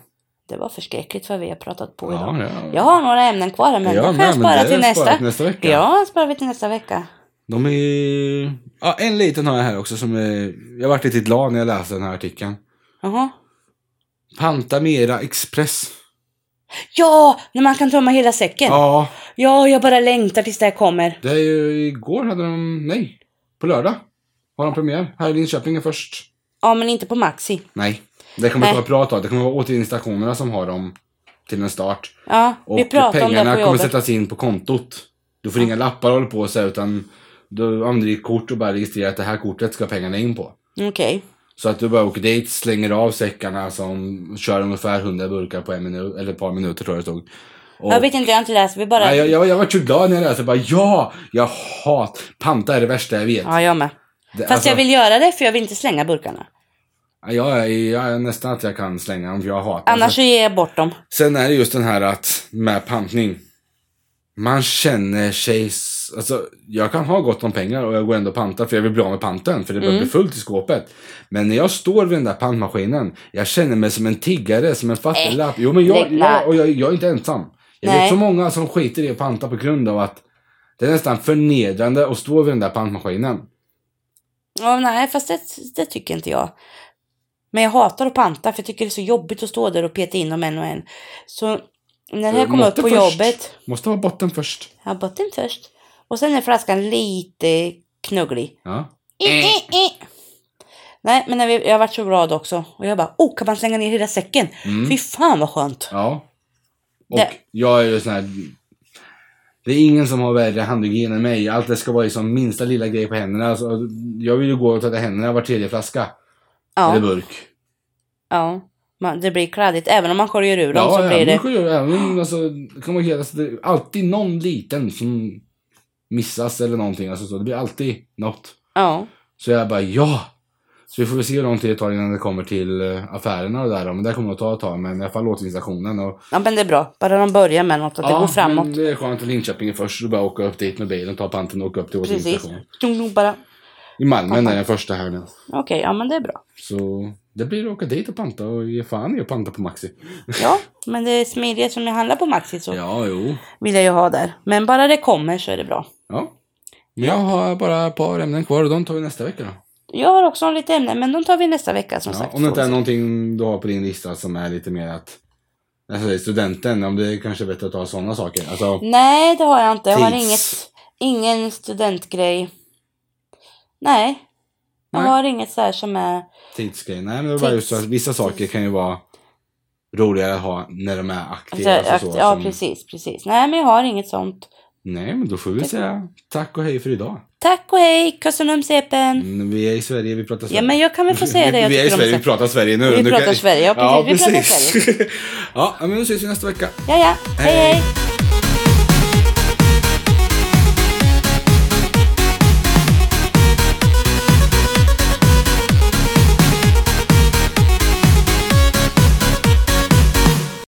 Speaker 1: Det var förskräckligt vad vi har pratat på idag.
Speaker 2: Ja, ja.
Speaker 1: Jag har några ämnen kvar här, men
Speaker 2: Ja,
Speaker 1: de kan
Speaker 2: men-
Speaker 1: jag
Speaker 2: men det
Speaker 1: spara
Speaker 2: är
Speaker 1: till nästa.
Speaker 2: sparat nästa vecka.
Speaker 1: Ja, sparar vi till nästa vecka.
Speaker 2: De är... Ja, en liten har jag här också som är... Jag vart lite glad när jag läste den här artikeln.
Speaker 1: Jaha.
Speaker 2: Pantamera Express.
Speaker 1: Ja, när man kan tömma hela säcken. Ja.
Speaker 2: Ja,
Speaker 1: jag bara längtar tills det här kommer.
Speaker 2: det är ju... Igår hade de... Nej, på lördag. Har de premiär. Här i Linköping är först.
Speaker 1: Ja, men inte på Maxi.
Speaker 2: Nej, det kommer inte
Speaker 1: Nej.
Speaker 2: vara bra tag. Det kommer vara återvinningsstationerna som har dem till en start.
Speaker 1: Ja,
Speaker 2: Och
Speaker 1: vi pratade om det
Speaker 2: pengarna
Speaker 1: här på
Speaker 2: kommer
Speaker 1: jobbet.
Speaker 2: sättas in på kontot. Du får inga lappar och hålla på så här, utan du använder ditt kort och bara registrerar att det här kortet ska pengarna in på.
Speaker 1: Okej.
Speaker 2: Så att du bara åker dit, slänger av säckarna som kör ungefär 100 burkar på en minut, eller ett par minuter tror jag det stod. Och,
Speaker 1: Jag vet inte, jag har inte läst. Vi bara...
Speaker 2: Nej, jag, jag, jag var så glad när jag läste, bara ja! Jag hat, panta är det värsta jag vet.
Speaker 1: Ja, jag med.
Speaker 2: Det- alltså,
Speaker 1: Fast jag vill göra det för jag vill inte slänga burkarna.
Speaker 2: jag, är- jag är nästan att jag kan slänga dem, för jag hatar
Speaker 1: Annars så ger jag bort dem.
Speaker 2: Sen är det just den här att med pantning. Man känner sig... s- Alltså, jag kan ha gott om pengar och jag går ändå och pantar för jag vill bli av med panten för det börjar bli
Speaker 1: Mm.
Speaker 2: fullt i skåpet. Men när jag står vid den där pantmaskinen, jag känner mig som en tiggare, som en fattig
Speaker 1: Äh,
Speaker 2: lapp. Jo men jag,
Speaker 1: lägg ner.
Speaker 2: jag, och jag, jag är inte ensam. Jag
Speaker 1: Nej.
Speaker 2: vet så många som skiter i att panta på grund av att det är nästan förnedrande att stå vid den där pantmaskinen.
Speaker 1: Ja, nej, fast det, det tycker inte jag. Men jag hatar att panta för jag tycker det är så jobbigt att stå där och peta in dem en och en. Så när det här
Speaker 2: Eh,
Speaker 1: kom upp
Speaker 2: måste
Speaker 1: på
Speaker 2: först.
Speaker 1: jobbet,
Speaker 2: Måste vara botten först.
Speaker 1: jag har den först. Och sen är flaskan lite knugglig.
Speaker 2: Ja.
Speaker 1: I,
Speaker 2: Eh.
Speaker 1: i, i. Eh, Nej, men när vi, jag har varit så glad också. Och jag bara, oh, kan man slänga ner hela säcken?
Speaker 2: Mm.
Speaker 1: Fy fan vad skönt.
Speaker 2: Ja. Och
Speaker 1: Det-
Speaker 2: jag är ju sån här... Det är ingen som har värre handhygien än mig. Allt det ska vara i som minsta lilla grej på händerna. Alltså, jag vill ju gå och tvätta händerna var tredje flaska. Eller
Speaker 1: Ja,
Speaker 2: burk.
Speaker 1: ja. Man, det blir kladdigt. Även om man sköljer ur dem så
Speaker 2: Ja,
Speaker 1: blir
Speaker 2: ja,
Speaker 1: det...
Speaker 2: men kan jag, även, alltså, det kan vara helt, alltså, det är alltid någon liten som missas eller någonting. Alltså, så. Det blir alltid något.
Speaker 1: Ja.
Speaker 2: Så jag bara ja! Så vi får väl se hur lång tid det tar innan det kommer till eh, affärerna och det där. då. Men det kommer nog ta ett tag. Men i alla fall återvinningsstationen. Och
Speaker 1: ja, men det är bra. Bara de börjar med något, att det går framåt.
Speaker 2: Men det är skönt att Linköping är först. Du bara åka upp dit med bilen, ta panten och åka upp till
Speaker 1: Precis.
Speaker 2: återvinningsstationen.
Speaker 1: Dum, dum, bara.
Speaker 2: I Malmö är den första här nu.
Speaker 1: Okej, ja men det är bra.
Speaker 2: Så det blir att åka dit och panta och ge fan i att panta på Maxi.
Speaker 1: Ja, men det är smidigt som jag handlar på Maxi så
Speaker 2: Ja, jo.
Speaker 1: vill jag ju ha där. Men bara det kommer så är det bra.
Speaker 2: Ja. Men jag har bara ett par ämnen kvar och de tar vi nästa vecka då.
Speaker 1: Jag har också lite ämnen, men de tar vi nästa vecka som
Speaker 2: Ja,
Speaker 1: sagt.
Speaker 2: om det inte är
Speaker 1: Så-
Speaker 2: någonting du har på din lista som är lite mer att... Alltså studenten, om det kanske är bättre att ta sådana saker.
Speaker 1: Mm.
Speaker 2: Alltså,
Speaker 1: Nej, det har jag inte. Jag har
Speaker 2: Tids.
Speaker 1: inget, ingen studentgrej. Nej. Jag
Speaker 2: Nej.
Speaker 1: har inget så här som är...
Speaker 2: tidsgrejer. Nej, men det är bara just så att vissa saker kan ju vara roligare att ha när de är aktiva.
Speaker 1: Alltså,
Speaker 2: Alltså, så,
Speaker 1: ja,
Speaker 2: som-
Speaker 1: precis, precis. Nej, men jag har inget sånt.
Speaker 2: Nej, men då får vi säga tack och hej för idag.
Speaker 1: Tack och hej, kussinum sepen.
Speaker 2: Mm, Vi är i Sverige, vi pratar Sverige.
Speaker 1: Ja, men jag kan väl få säga det jag
Speaker 2: <laughs> vi, vi är i
Speaker 1: tycker om
Speaker 2: Sverige, vi
Speaker 1: sen.
Speaker 2: pratar Sverige nu.
Speaker 1: Vi
Speaker 2: Du <laughs>
Speaker 1: pratar Sverige, ja, precis, vi pratar
Speaker 2: ja, men då ses vi nästa vecka.
Speaker 1: Ja, ja. hej.
Speaker 2: Hej.
Speaker 1: hej.